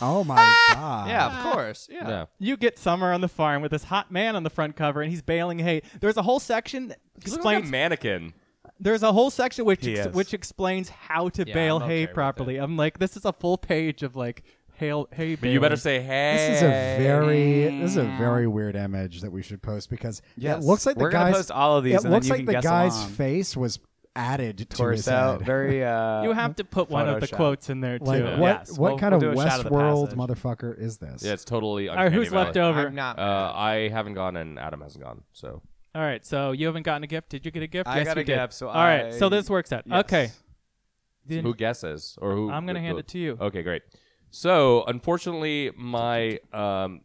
Speaker 6: oh my god!
Speaker 1: Yeah,
Speaker 4: Uh,
Speaker 1: of course. Yeah.
Speaker 2: No.
Speaker 4: You get summer on the farm with this hot man on the front cover, and he's baling hay. There's a whole section that
Speaker 2: You look like a
Speaker 4: explains
Speaker 2: mannequin.
Speaker 4: There's a whole section which
Speaker 5: He
Speaker 4: ex-
Speaker 5: is.
Speaker 4: which explains how to
Speaker 1: Yeah,
Speaker 4: bale
Speaker 1: I'm okay
Speaker 4: hay
Speaker 1: with
Speaker 4: properly. I'm like, this is a full page of like hail hay.
Speaker 2: But you better
Speaker 4: baling.
Speaker 2: say hey.
Speaker 6: This is a very this is a very weird image that we should post because
Speaker 5: Yes.
Speaker 6: it looks like the
Speaker 5: We're gonna
Speaker 6: guy's
Speaker 5: post all of these and
Speaker 6: It
Speaker 5: then
Speaker 6: looks
Speaker 5: you
Speaker 6: like
Speaker 5: can
Speaker 6: the
Speaker 5: guess
Speaker 6: guy's
Speaker 5: along.
Speaker 6: face was added to his
Speaker 5: torso.
Speaker 6: head.
Speaker 5: Very. Uh,
Speaker 4: You have to put one of the
Speaker 5: Photoshop.
Speaker 4: quotes in there too.
Speaker 6: like
Speaker 2: Yeah.
Speaker 6: what
Speaker 5: Yes,
Speaker 6: what
Speaker 5: we'll-
Speaker 6: kind
Speaker 5: we'll
Speaker 6: of
Speaker 5: do a shout of the
Speaker 6: Westworld
Speaker 5: passage.
Speaker 6: motherfucker is this?
Speaker 2: Yeah, it's totally.
Speaker 4: All right,
Speaker 2: Uncanny
Speaker 4: who's left
Speaker 2: Valley.
Speaker 4: over?
Speaker 1: I'm not.
Speaker 2: Uh, I haven't gone, and Adam hasn't gone. So
Speaker 4: All right, so you haven't gotten a gift. Did you get a gift?
Speaker 5: I
Speaker 4: yes,
Speaker 5: got
Speaker 4: you
Speaker 5: a
Speaker 4: did.
Speaker 5: gift, so
Speaker 4: all right,
Speaker 5: I-
Speaker 4: so this works out.
Speaker 5: Yes.
Speaker 4: Okay, Then
Speaker 2: Who guesses or who?
Speaker 4: I'm gonna
Speaker 2: who-
Speaker 4: hand
Speaker 2: who-
Speaker 4: it to you.
Speaker 2: Okay, great. So unfortunately, my um,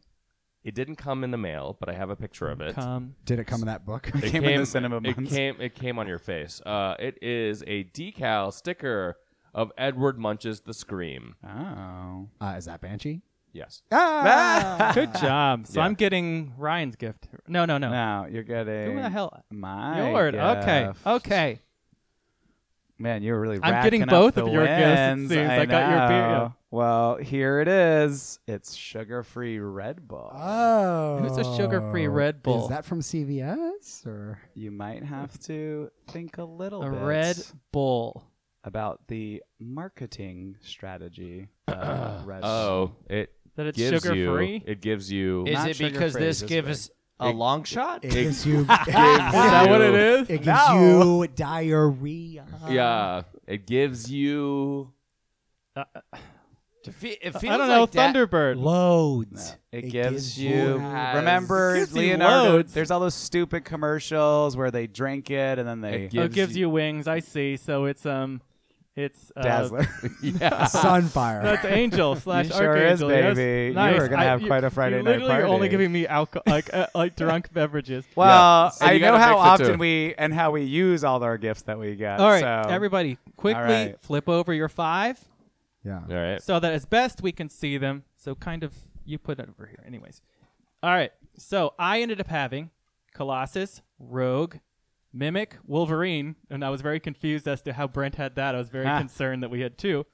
Speaker 2: it didn't come in the mail, but I have a picture of it.
Speaker 4: Come.
Speaker 6: Did it come in that book?
Speaker 5: It came in the cinema
Speaker 2: It
Speaker 5: months.
Speaker 2: came. It came on your face. Uh, it is a decal sticker of Edward Munch's The Scream.
Speaker 5: Oh.
Speaker 6: Uh, is that Banshee?
Speaker 2: Yes.
Speaker 6: Ah!
Speaker 4: Good job. So
Speaker 2: Yeah.
Speaker 4: I'm getting Ryan's gift. No, no, no.
Speaker 5: Now you're getting
Speaker 4: Who the hell?
Speaker 5: my
Speaker 4: Yours.
Speaker 5: gift.
Speaker 4: Okay. Okay.
Speaker 5: Man, you're really.
Speaker 4: I'm
Speaker 5: racking
Speaker 4: getting
Speaker 5: up
Speaker 4: both
Speaker 5: the
Speaker 4: of your gifts, it
Speaker 5: wins.
Speaker 4: seems.
Speaker 5: I
Speaker 4: I got your beer, yeah.
Speaker 5: know. Well, here it is. It's sugar-free Red Bull.
Speaker 6: Oh.
Speaker 4: Who's a sugar-free Red Bull?
Speaker 6: Is that from CVS or?
Speaker 5: you might have to think a little
Speaker 4: A
Speaker 5: bit
Speaker 4: Red Bull.
Speaker 5: about the marketing strategy of Red Bull.
Speaker 2: Oh, it
Speaker 4: That it's
Speaker 2: gives
Speaker 4: sugar
Speaker 2: you.
Speaker 4: free.
Speaker 2: It gives you.
Speaker 1: Is
Speaker 5: Not
Speaker 1: it because
Speaker 5: sugar-free,
Speaker 1: this
Speaker 5: just
Speaker 1: gives
Speaker 5: like-
Speaker 1: us a long shot?
Speaker 6: It gives you.
Speaker 2: gives
Speaker 6: it
Speaker 2: you-
Speaker 4: is?
Speaker 6: gives
Speaker 5: No.
Speaker 6: you diarrhea.
Speaker 2: Yeah,
Speaker 4: uh,
Speaker 2: it gives you.
Speaker 1: It fe- it feels
Speaker 4: I don't know.
Speaker 1: like that-
Speaker 4: Thunderbird.
Speaker 6: Loads.
Speaker 5: It, gives, you.
Speaker 6: you-
Speaker 5: Remember
Speaker 4: It gives you
Speaker 5: Leonardo?
Speaker 4: loads.
Speaker 5: There's all those stupid commercials where they drink it and then they
Speaker 2: It
Speaker 4: Oh,
Speaker 2: gives,
Speaker 4: it gives you wings. I see. So it's um, it's uh,
Speaker 5: dazzler.
Speaker 2: Yeah.
Speaker 6: Sunfire.
Speaker 4: That's Angel slash
Speaker 5: sure is,
Speaker 4: Archangel. yes.
Speaker 5: baby. You
Speaker 4: Nice.
Speaker 5: are gonna
Speaker 4: I-
Speaker 5: have
Speaker 4: you-
Speaker 5: quite a Friday
Speaker 4: you
Speaker 5: night
Speaker 4: literally are only
Speaker 5: party.
Speaker 4: giving me alcohol, like uh, like drunk beverages.
Speaker 5: Well,
Speaker 2: Yeah. And
Speaker 5: I
Speaker 2: you
Speaker 5: know
Speaker 2: gotta
Speaker 5: how
Speaker 2: fix it, too.
Speaker 5: often we and how we use all our gifts that we get.
Speaker 4: All right,
Speaker 5: so.
Speaker 4: everybody, quickly
Speaker 5: All right.
Speaker 4: flip over your five
Speaker 6: yeah.
Speaker 2: All right.
Speaker 4: so that as best we can see them. So kind of you put it over here, anyways. All right, so I ended up having Colossus, Rogue, Mimic, Wolverine, and I was very confused as to how Brent had that. I was very
Speaker 5: Ah.
Speaker 4: concerned that we had two.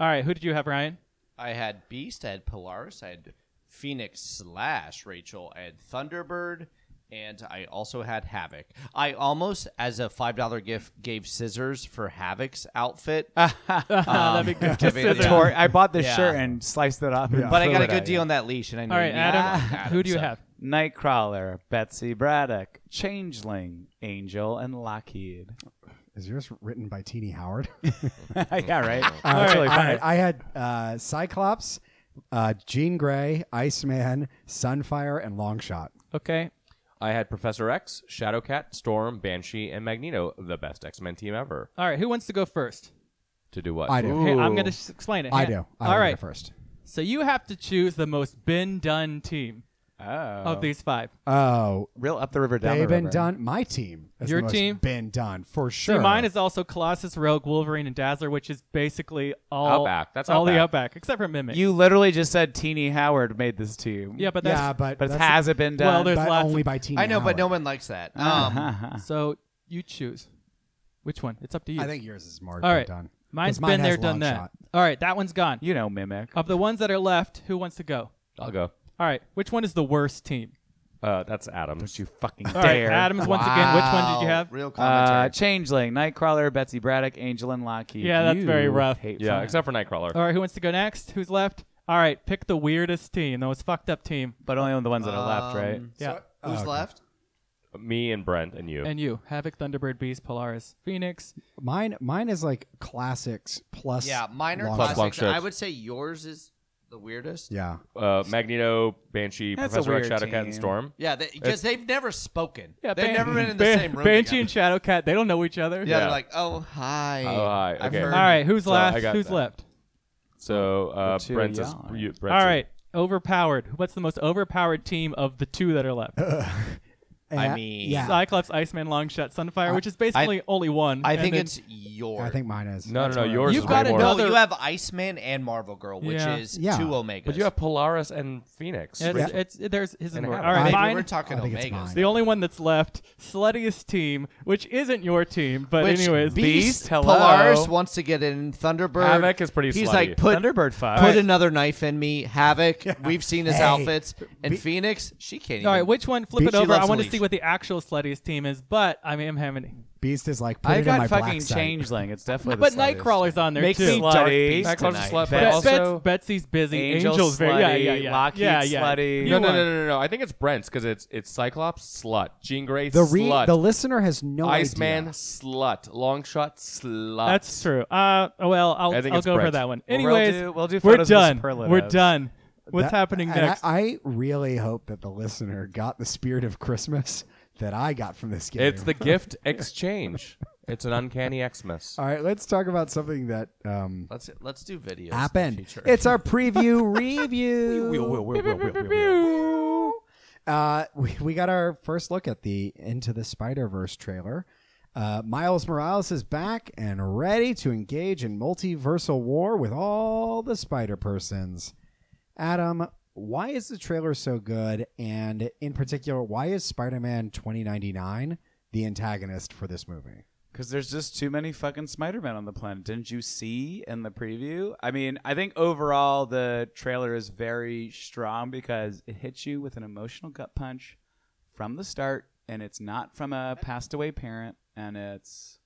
Speaker 4: All right, who did you have, Ryan?
Speaker 1: I had Beast, I had Polaris, I had Phoenix slash Rachel, I had Thunderbird, and I also had Havoc. I almost, as a five dollar gift, gave scissors for Havoc's outfit.
Speaker 4: That'd be good.
Speaker 1: giving
Speaker 4: Scissors.
Speaker 1: the-
Speaker 5: Tor- I bought this
Speaker 1: Yeah.
Speaker 5: shirt and sliced it up. and
Speaker 1: But I
Speaker 5: threw
Speaker 1: got a
Speaker 5: it
Speaker 1: good
Speaker 5: at
Speaker 1: deal
Speaker 5: you.
Speaker 1: on that leash, and I know
Speaker 4: All right,
Speaker 1: you need
Speaker 4: Adam,
Speaker 1: one,
Speaker 4: who do you
Speaker 1: so-
Speaker 4: have?
Speaker 5: Nightcrawler, Betsy Braddock, Changeling, Angel, and Lockheed.
Speaker 6: Is yours written by T.D. Howard?
Speaker 5: yeah, right.
Speaker 6: Uh,
Speaker 5: That's really
Speaker 6: all
Speaker 5: funny.
Speaker 6: right, I had uh, Cyclops, uh, Jean Grey, Iceman, Sunfire, and Longshot.
Speaker 4: Okay,
Speaker 2: I had Professor X, Shadowcat, Storm, Banshee, and Magneto, the best X Men team ever.
Speaker 4: all right, who wants to go first?
Speaker 2: To do what?
Speaker 6: I do.
Speaker 4: Hey, I'm going to s explain it.
Speaker 6: I
Speaker 4: Hand-
Speaker 6: do. I
Speaker 4: All
Speaker 6: wanna go
Speaker 4: right.
Speaker 6: First.
Speaker 4: So you have to choose the most been done team
Speaker 5: Oh,
Speaker 4: of these five.
Speaker 6: Oh,
Speaker 5: real up the river down
Speaker 6: they've
Speaker 5: the
Speaker 6: been
Speaker 5: river.
Speaker 6: done. My team. Has
Speaker 4: Your
Speaker 6: the most
Speaker 4: team?
Speaker 6: Been done for
Speaker 4: So
Speaker 6: sure.
Speaker 4: mine is also Colossus, Rogue, Wolverine, and Dazzler, which is basically all
Speaker 2: Outback. That's
Speaker 4: all the
Speaker 2: Outback.
Speaker 4: outback except for Mimic.
Speaker 5: You literally just said Teeny Howard made this team.
Speaker 4: yeah, but that's
Speaker 6: yeah, but
Speaker 5: but
Speaker 6: that's-
Speaker 5: has it been
Speaker 4: Well,
Speaker 5: done?
Speaker 4: there's
Speaker 6: but
Speaker 4: lots
Speaker 6: only
Speaker 4: of-
Speaker 6: by T.D.
Speaker 1: I know, but no
Speaker 6: Howard.
Speaker 1: one likes that. Um,
Speaker 4: so you choose which one. It's up to you.
Speaker 6: I think yours is more
Speaker 4: All right.
Speaker 6: done. 'Cause
Speaker 4: Mine's
Speaker 6: mine
Speaker 4: been
Speaker 6: has
Speaker 4: there, done that.
Speaker 6: Longshot.
Speaker 4: All right, that one's gone.
Speaker 5: you know, mimic.
Speaker 4: Of the ones that are left, who wants to go?
Speaker 2: I'll go.
Speaker 4: All right, which one is the worst team?
Speaker 2: Uh, that's Adam. Don't you fucking
Speaker 4: All right, Adams once again. Which one did you
Speaker 1: wow,
Speaker 4: have?
Speaker 1: Um, Real commentary.
Speaker 5: Uh, Changeling, Nightcrawler, Betsy Braddock, Angel, and Lockheed.
Speaker 4: Yeah, that's
Speaker 5: You
Speaker 4: very rough.
Speaker 5: hate
Speaker 2: Yeah,
Speaker 5: fun.
Speaker 2: except for Nightcrawler.
Speaker 4: All
Speaker 6: Uh,
Speaker 4: right, who wants to go next? Who's left? All right, pick the weirdest team, the most fucked up team,
Speaker 5: but only the ones that are left, right?
Speaker 1: Um,
Speaker 4: Yeah.
Speaker 1: So who's
Speaker 6: okay.
Speaker 1: left?
Speaker 2: Me and Brent and you.
Speaker 4: and you: Havoc, Thunderbird, Beast, Polaris, Phoenix,
Speaker 6: Mine, mine is like classics plus.
Speaker 1: Yeah, minor
Speaker 6: Longshot.
Speaker 2: Plus
Speaker 1: classics.
Speaker 2: Longshot.
Speaker 1: I would say yours is the weirdest.
Speaker 6: Yeah.
Speaker 2: uh, Magneto, Banshee,
Speaker 5: That's a
Speaker 2: Professor X,
Speaker 5: weird
Speaker 2: Shadowcat,
Speaker 5: team.
Speaker 2: and Storm.
Speaker 1: Yeah, because they've never spoken.
Speaker 4: Yeah,
Speaker 1: they've
Speaker 4: Ban-
Speaker 1: never been in the
Speaker 4: Ban-
Speaker 1: same room.
Speaker 4: Banshee
Speaker 1: together.
Speaker 4: and Shadowcat, they don't know each other.
Speaker 1: Yeah,
Speaker 2: Yeah.
Speaker 1: they're like, oh hi.
Speaker 2: Oh, hi.
Speaker 1: I've
Speaker 2: Okay.
Speaker 1: heard-
Speaker 4: All right, who's
Speaker 2: So I
Speaker 4: last?
Speaker 2: got
Speaker 4: Who's
Speaker 2: that.
Speaker 4: left?
Speaker 2: So uh,
Speaker 5: The two
Speaker 2: Brent's is
Speaker 5: y'all.
Speaker 2: you,
Speaker 4: All
Speaker 2: Brent's is-
Speaker 4: right, overpowered. What's the most overpowered team of the two that are left?
Speaker 1: I
Speaker 6: Uh,
Speaker 1: mean,
Speaker 6: yeah.
Speaker 4: Cyclops, Iceman, Longshot, Sunfire, which is basically only one.
Speaker 1: I
Speaker 4: and
Speaker 1: think
Speaker 4: then-
Speaker 1: it's yours.
Speaker 6: I think mine is.
Speaker 2: No, no, no. Yours
Speaker 4: You've
Speaker 2: is
Speaker 4: got
Speaker 2: way more.
Speaker 1: no.
Speaker 4: Another-
Speaker 1: You have Iceman and Marvel Girl, which
Speaker 4: Yeah.
Speaker 1: is
Speaker 6: Yeah.
Speaker 1: two Omegas.
Speaker 2: But you have Polaris and Phoenix.
Speaker 4: it's,
Speaker 2: Rachel.
Speaker 4: it's, there's his and
Speaker 2: And
Speaker 4: more.
Speaker 2: Havoc.
Speaker 4: All
Speaker 1: Baby,
Speaker 4: right,
Speaker 1: We're
Speaker 4: mine.
Speaker 1: talking
Speaker 6: I think it's
Speaker 1: Omegas.
Speaker 6: mine.
Speaker 4: The only one that's left, sluttiest team, which isn't your team, but
Speaker 1: Which
Speaker 4: anyways,
Speaker 1: Beast,
Speaker 5: Beast, hello.
Speaker 1: Polaris wants to get in. Thunderbird.
Speaker 2: Havoc is pretty
Speaker 1: He's
Speaker 2: slutty.
Speaker 1: like, put
Speaker 5: Thunderbird five.
Speaker 1: put another knife in me. Havoc. We've seen his
Speaker 6: Hey.
Speaker 1: outfits. And Phoenix, she can't. Even,
Speaker 4: All right, which one? Flip it
Speaker 1: Beachy
Speaker 4: over. I
Speaker 1: loves
Speaker 4: want to
Speaker 1: Leash.
Speaker 4: see what the actual sluttiest team is, but I mean, I'm having.
Speaker 6: Beast is like. Put
Speaker 5: I
Speaker 6: it in my
Speaker 5: got
Speaker 6: black
Speaker 5: fucking
Speaker 6: site.
Speaker 5: Changeling. It's definitely
Speaker 4: But
Speaker 5: the sluttiest.
Speaker 4: Nightcrawler's on there
Speaker 5: Makes
Speaker 4: too.
Speaker 5: me slutty.
Speaker 1: Dark
Speaker 2: Nightcrawler's
Speaker 1: tonight.
Speaker 2: slut, but
Speaker 4: Bet-
Speaker 2: also
Speaker 4: Bet- Betsy's busy.
Speaker 5: Angel
Speaker 4: Angel's very yeah,
Speaker 5: slutty,
Speaker 4: yeah, yeah.
Speaker 5: Lockheed
Speaker 4: yeah, yeah.
Speaker 5: slutty.
Speaker 4: You
Speaker 2: no, no, no,
Speaker 4: won.
Speaker 2: no, no, no. I think it's Brent's because it's it's Cyclops slut, Jean Grey
Speaker 6: The re-
Speaker 2: slut,
Speaker 6: the listener has no
Speaker 2: Iceman
Speaker 6: idea.
Speaker 2: slut, Longshot slut.
Speaker 4: That's true. Uh, well, I'll,
Speaker 2: I think
Speaker 4: I'll
Speaker 2: it's
Speaker 4: go for
Speaker 2: Brett.
Speaker 4: that one.
Speaker 5: Well, we'll
Speaker 4: Anyways,
Speaker 5: do- we'll do
Speaker 4: we're
Speaker 5: photos of
Speaker 4: done.
Speaker 5: Miss Perla
Speaker 4: We're
Speaker 5: Doves.
Speaker 4: done. What's
Speaker 6: That-
Speaker 4: happening
Speaker 6: and
Speaker 4: next?
Speaker 6: I, I really hope that the listener got the spirit of Christmas that I got from this game.
Speaker 2: It's the gift exchange. It's an uncanny Xmas.
Speaker 5: Uh,
Speaker 6: All right, let's talk about something that um,
Speaker 1: Let's let's do videos. In the
Speaker 6: happened.
Speaker 1: future.
Speaker 6: It's our preview review. Uh, we, we got our first look at the Into the Spider Verse trailer. Uh, Miles Morales is back and ready to engage in multiversal war with all the Spider Persons. Adam, why is the trailer so good? And in particular, why is Spider Man 2099 the antagonist for this movie?
Speaker 5: Because there's just too many fucking Spider Men on the planet. Didn't you see in the preview? I mean, I think overall the trailer is very strong because it hits you with an emotional gut punch from the start, and it's not from a passed away parent, and it's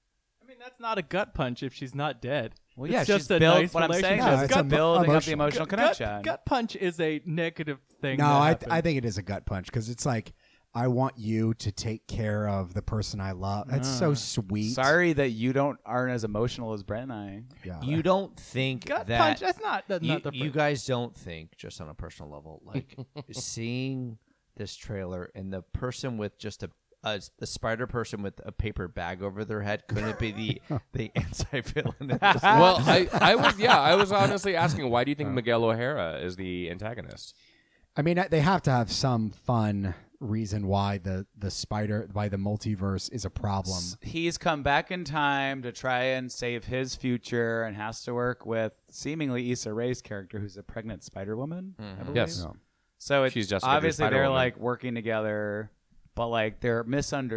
Speaker 4: I mean, that's not a gut punch if she's not dead.
Speaker 5: well,
Speaker 4: It's
Speaker 5: yeah,
Speaker 4: just
Speaker 5: she's
Speaker 4: a
Speaker 5: built.
Speaker 4: nice
Speaker 5: what I'm saying
Speaker 4: relationship.
Speaker 6: No,
Speaker 5: is
Speaker 6: it's a
Speaker 5: gut
Speaker 6: mo-
Speaker 5: building up the
Speaker 6: emotional-
Speaker 5: emotional
Speaker 4: Gut-
Speaker 5: connection.
Speaker 4: Gut, punch is a negative thing.
Speaker 6: No,
Speaker 4: that
Speaker 6: I,
Speaker 4: happens.
Speaker 6: I think it is a gut punch because it's like, I want you to take care of the person I love. That's
Speaker 4: Ah.
Speaker 6: so sweet.
Speaker 5: Sorry that you don't aren't as emotional as Brent and I.
Speaker 6: Yeah.
Speaker 1: you don't think
Speaker 4: gut
Speaker 1: that
Speaker 4: punch. That's not that's
Speaker 1: you,
Speaker 4: not the
Speaker 1: you
Speaker 4: first-
Speaker 1: guys don't think just on a personal level like seeing this trailer and the person with just a a, the spider person with a paper bag over their head couldn't be the the anti villain.
Speaker 2: well, I, I was yeah, I was honestly asking why do you
Speaker 5: Uh.
Speaker 2: think Miguel O'Hara is the antagonist?
Speaker 6: I mean, they have to have some fun reason why the the spider why the multiverse is a problem.
Speaker 5: He's come back in time to try and save his future and has to work with seemingly Issa Rae's character, who's a pregnant Spider Woman.
Speaker 2: Yes.
Speaker 5: So it's
Speaker 2: She's Jessica
Speaker 5: obviously
Speaker 2: Drew,
Speaker 5: they're
Speaker 2: Spider-Woman.
Speaker 5: like working together, but like they're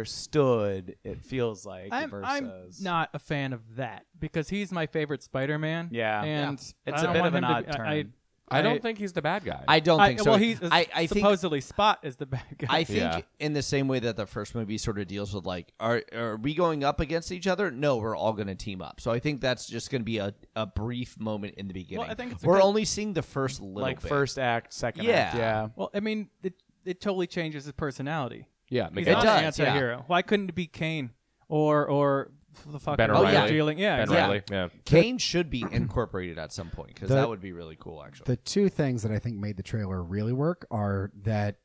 Speaker 5: misunderstood. It feels like
Speaker 4: I'm,
Speaker 5: versus.
Speaker 4: I'm not a fan of that because he's my favorite Spider-Man.
Speaker 5: Yeah.
Speaker 4: and
Speaker 5: Yeah.
Speaker 4: I
Speaker 5: It's a
Speaker 4: don't
Speaker 5: bit
Speaker 4: want
Speaker 5: of an
Speaker 4: him to
Speaker 5: odd
Speaker 4: be- I-
Speaker 5: turn.
Speaker 4: I,
Speaker 2: I,
Speaker 4: I-
Speaker 2: don't think he's the bad guy.
Speaker 1: I don't think so.
Speaker 4: Well, he's
Speaker 1: I, I think
Speaker 4: supposedly Spot is the bad guy.
Speaker 1: I think
Speaker 2: Yeah.
Speaker 1: in the same way that the first movie sort of deals with like, are are we going up against each other? No, we're all going to team up. So I think that's just going to be a, a brief moment in the beginning.
Speaker 4: I think it's a
Speaker 1: we're
Speaker 4: good-
Speaker 1: only seeing the first little
Speaker 5: like
Speaker 1: bit.
Speaker 5: first act, second
Speaker 1: Yeah.
Speaker 5: act. Yeah.
Speaker 4: well, I mean, it it totally changes his personality.
Speaker 2: yeah,
Speaker 4: He's
Speaker 2: Miguel.
Speaker 4: not an
Speaker 1: does, yeah.
Speaker 4: anti-hero. Why couldn't it be Kane or or f- the fucking
Speaker 2: Ben
Speaker 4: Bob
Speaker 2: O'Reilly.
Speaker 4: Dealing? Yeah,
Speaker 2: Ben
Speaker 4: exactly.
Speaker 1: yeah.
Speaker 2: Reilly, yeah.
Speaker 1: Kane should be incorporated at some point because
Speaker 6: The-
Speaker 1: that would be really cool. Actually,
Speaker 6: The two things that I think made the trailer really work are that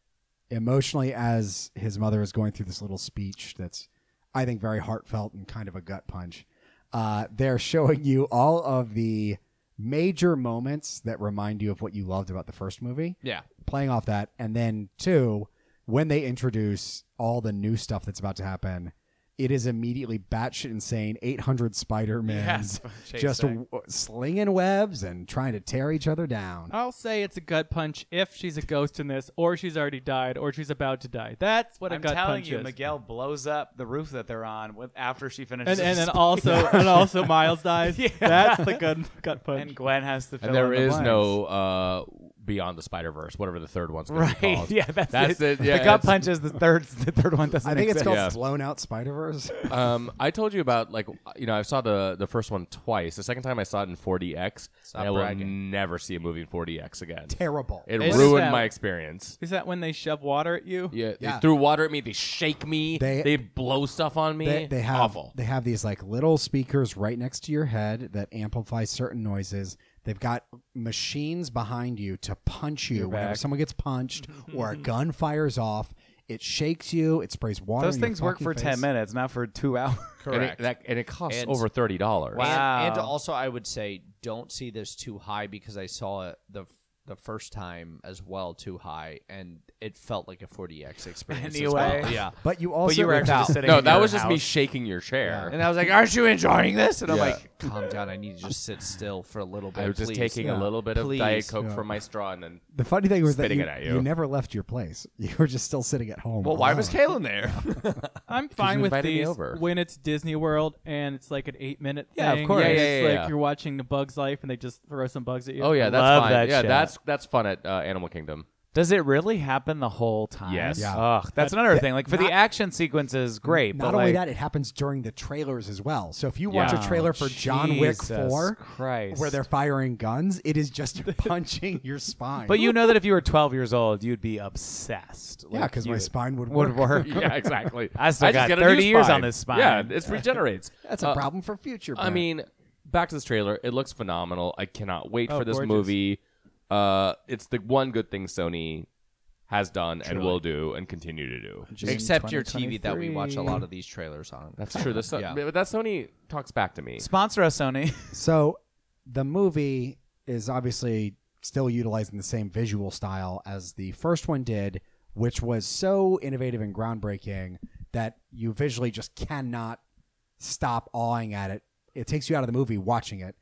Speaker 6: emotionally, as his mother is going through this little speech that's, I think, very heartfelt and kind of a gut punch, uh, they're showing you all of the major moments that remind you of what you loved about the first movie.
Speaker 1: yeah,
Speaker 6: playing off that. And then two, when they introduce all the new stuff that's about to happen, it is immediately batshit insane. Eight hundred Spider Mans
Speaker 5: Chasing.
Speaker 6: just w- slinging webs and trying to tear each other down.
Speaker 5: Oh.
Speaker 4: I'll say it's a gut punch if she's a ghost in this, or she's already died, or she's about to die. That's what a
Speaker 5: I'm
Speaker 4: gut
Speaker 5: telling
Speaker 4: punch
Speaker 5: you,
Speaker 4: is.
Speaker 5: Miguel blows up the roof that they're on with after she
Speaker 4: and
Speaker 5: finishes.
Speaker 4: and then
Speaker 5: her
Speaker 4: also and also Miles dies. That's the gut gut
Speaker 5: speech.
Speaker 4: punch.
Speaker 5: and Gwen has to. Fill
Speaker 2: And there
Speaker 5: in the
Speaker 2: is
Speaker 5: blanks.
Speaker 2: no uh, Beyond the Spider Verse, whatever the third one's gonna
Speaker 5: Right.
Speaker 2: be called.
Speaker 5: Yeah, that's,
Speaker 2: That's
Speaker 5: it.
Speaker 2: it, yeah,
Speaker 5: the gut
Speaker 2: it's-
Speaker 5: punch is the third. The third one doesn't.
Speaker 6: I think it's
Speaker 5: exist.
Speaker 6: called
Speaker 2: Yeah.
Speaker 6: Blown Out Spider Verse.
Speaker 2: Um, I told you about like you know I saw the the first one twice. The second time I saw it in 4DX.
Speaker 1: Stop
Speaker 2: and I will
Speaker 1: bragging.
Speaker 2: never see a movie in 4DX again.
Speaker 6: Terrible.
Speaker 2: It
Speaker 4: It's-
Speaker 2: ruined
Speaker 4: Yeah.
Speaker 2: my experience.
Speaker 4: is that when they shove water at you?
Speaker 2: Yeah,
Speaker 6: Yeah.
Speaker 2: they threw water at me. They shake me.
Speaker 6: They-
Speaker 2: They, blow stuff on me.
Speaker 6: They, they have
Speaker 2: awful.
Speaker 6: they have these like little speakers right next to your head that amplify certain noises. They've got machines behind you to punch you whenever someone gets punched or a gun fires off. It shakes you. It sprays water.
Speaker 5: Those
Speaker 6: in your
Speaker 5: things work
Speaker 6: fucking
Speaker 5: for
Speaker 6: face.
Speaker 5: ten minutes, not for two hours.
Speaker 2: And it, that, and it costs
Speaker 1: And-
Speaker 2: over thirty dollars.
Speaker 5: Wow.
Speaker 1: And, and also, I would say don't see this too high because I saw it the the first time as well too high, and it felt like a 40x experience. as well.
Speaker 5: Anyway.
Speaker 1: yeah.
Speaker 6: But you also
Speaker 5: But you were actually just sitting.
Speaker 2: No,
Speaker 5: in
Speaker 2: that
Speaker 5: your
Speaker 2: was just me
Speaker 5: house.
Speaker 2: shaking your chair.
Speaker 1: And I was like, "Aren't you enjoying this?" And I'm
Speaker 2: Yeah.
Speaker 1: like, "Calm down. I need to just sit still for a little bit."
Speaker 2: I was just
Speaker 1: please."
Speaker 2: taking a little bit of
Speaker 1: Please.
Speaker 2: Diet Coke
Speaker 6: Yeah.
Speaker 2: from my straw, and then
Speaker 6: the funny thing was that
Speaker 2: spitting
Speaker 6: you,
Speaker 2: it at you.
Speaker 6: you never left your place. You were just still sitting at home.
Speaker 1: Well, why was
Speaker 2: Oh.
Speaker 6: alone.
Speaker 1: Kalen there?
Speaker 4: I'm fine
Speaker 2: you
Speaker 4: with
Speaker 2: invited me
Speaker 4: these
Speaker 2: over.
Speaker 4: when it's Disney World and it's like an eight minute
Speaker 5: Yeah, of
Speaker 4: thing.
Speaker 5: course.
Speaker 4: and
Speaker 2: Yeah, yeah,
Speaker 4: it's
Speaker 2: yeah,
Speaker 4: like
Speaker 2: yeah.
Speaker 4: you're watching The Bug's Life and they just throw some bugs at you.
Speaker 2: oh yeah, that's
Speaker 5: Love
Speaker 2: fun.
Speaker 5: that
Speaker 2: yeah,
Speaker 5: shit.
Speaker 2: that's that's fun at uh, Animal Kingdom.
Speaker 5: Does it really happen the whole time?
Speaker 2: Yes.
Speaker 6: Yeah.
Speaker 5: Ugh, that's another thing. Like for the action sequences, great.
Speaker 6: Not
Speaker 5: but
Speaker 6: only
Speaker 5: like,
Speaker 6: that, it happens during the trailers as well. So if you watch
Speaker 5: Yeah.
Speaker 6: a trailer for John Wick
Speaker 5: Jesus
Speaker 6: Four,
Speaker 5: Christ.
Speaker 6: where they're firing guns, it is just punching your spine.
Speaker 5: But you know that if you were 12 years old, you'd be obsessed.
Speaker 6: yeah,
Speaker 5: Like,
Speaker 6: because
Speaker 5: you
Speaker 6: my
Speaker 5: would-
Speaker 6: spine would work.
Speaker 5: would work.
Speaker 2: yeah, exactly.
Speaker 5: I still
Speaker 2: just
Speaker 5: got
Speaker 2: get a new
Speaker 5: 30 years
Speaker 2: spine.
Speaker 5: on this spine.
Speaker 2: Yeah, it regenerates.
Speaker 6: That's a
Speaker 2: Uh,
Speaker 6: problem for future.
Speaker 2: I
Speaker 6: Brent.
Speaker 2: mean, back to this trailer. It looks phenomenal. I cannot wait
Speaker 4: Oh,
Speaker 2: for this
Speaker 4: gorgeous.
Speaker 2: movie. Uh, it's the one good thing Sony has done and will do and continue to do.
Speaker 5: June
Speaker 1: Except your TV that we watch a
Speaker 5: 2023.
Speaker 1: lot of these trailers on.
Speaker 2: That's true. That's so,
Speaker 1: Yeah.
Speaker 2: but that Sony talks back to me.
Speaker 5: Sponsor us, Sony.
Speaker 6: So the movie is obviously still utilizing the same visual style as the first one did, which was so innovative and groundbreaking that you visually just cannot stop awing at it. It takes you out of the movie watching it.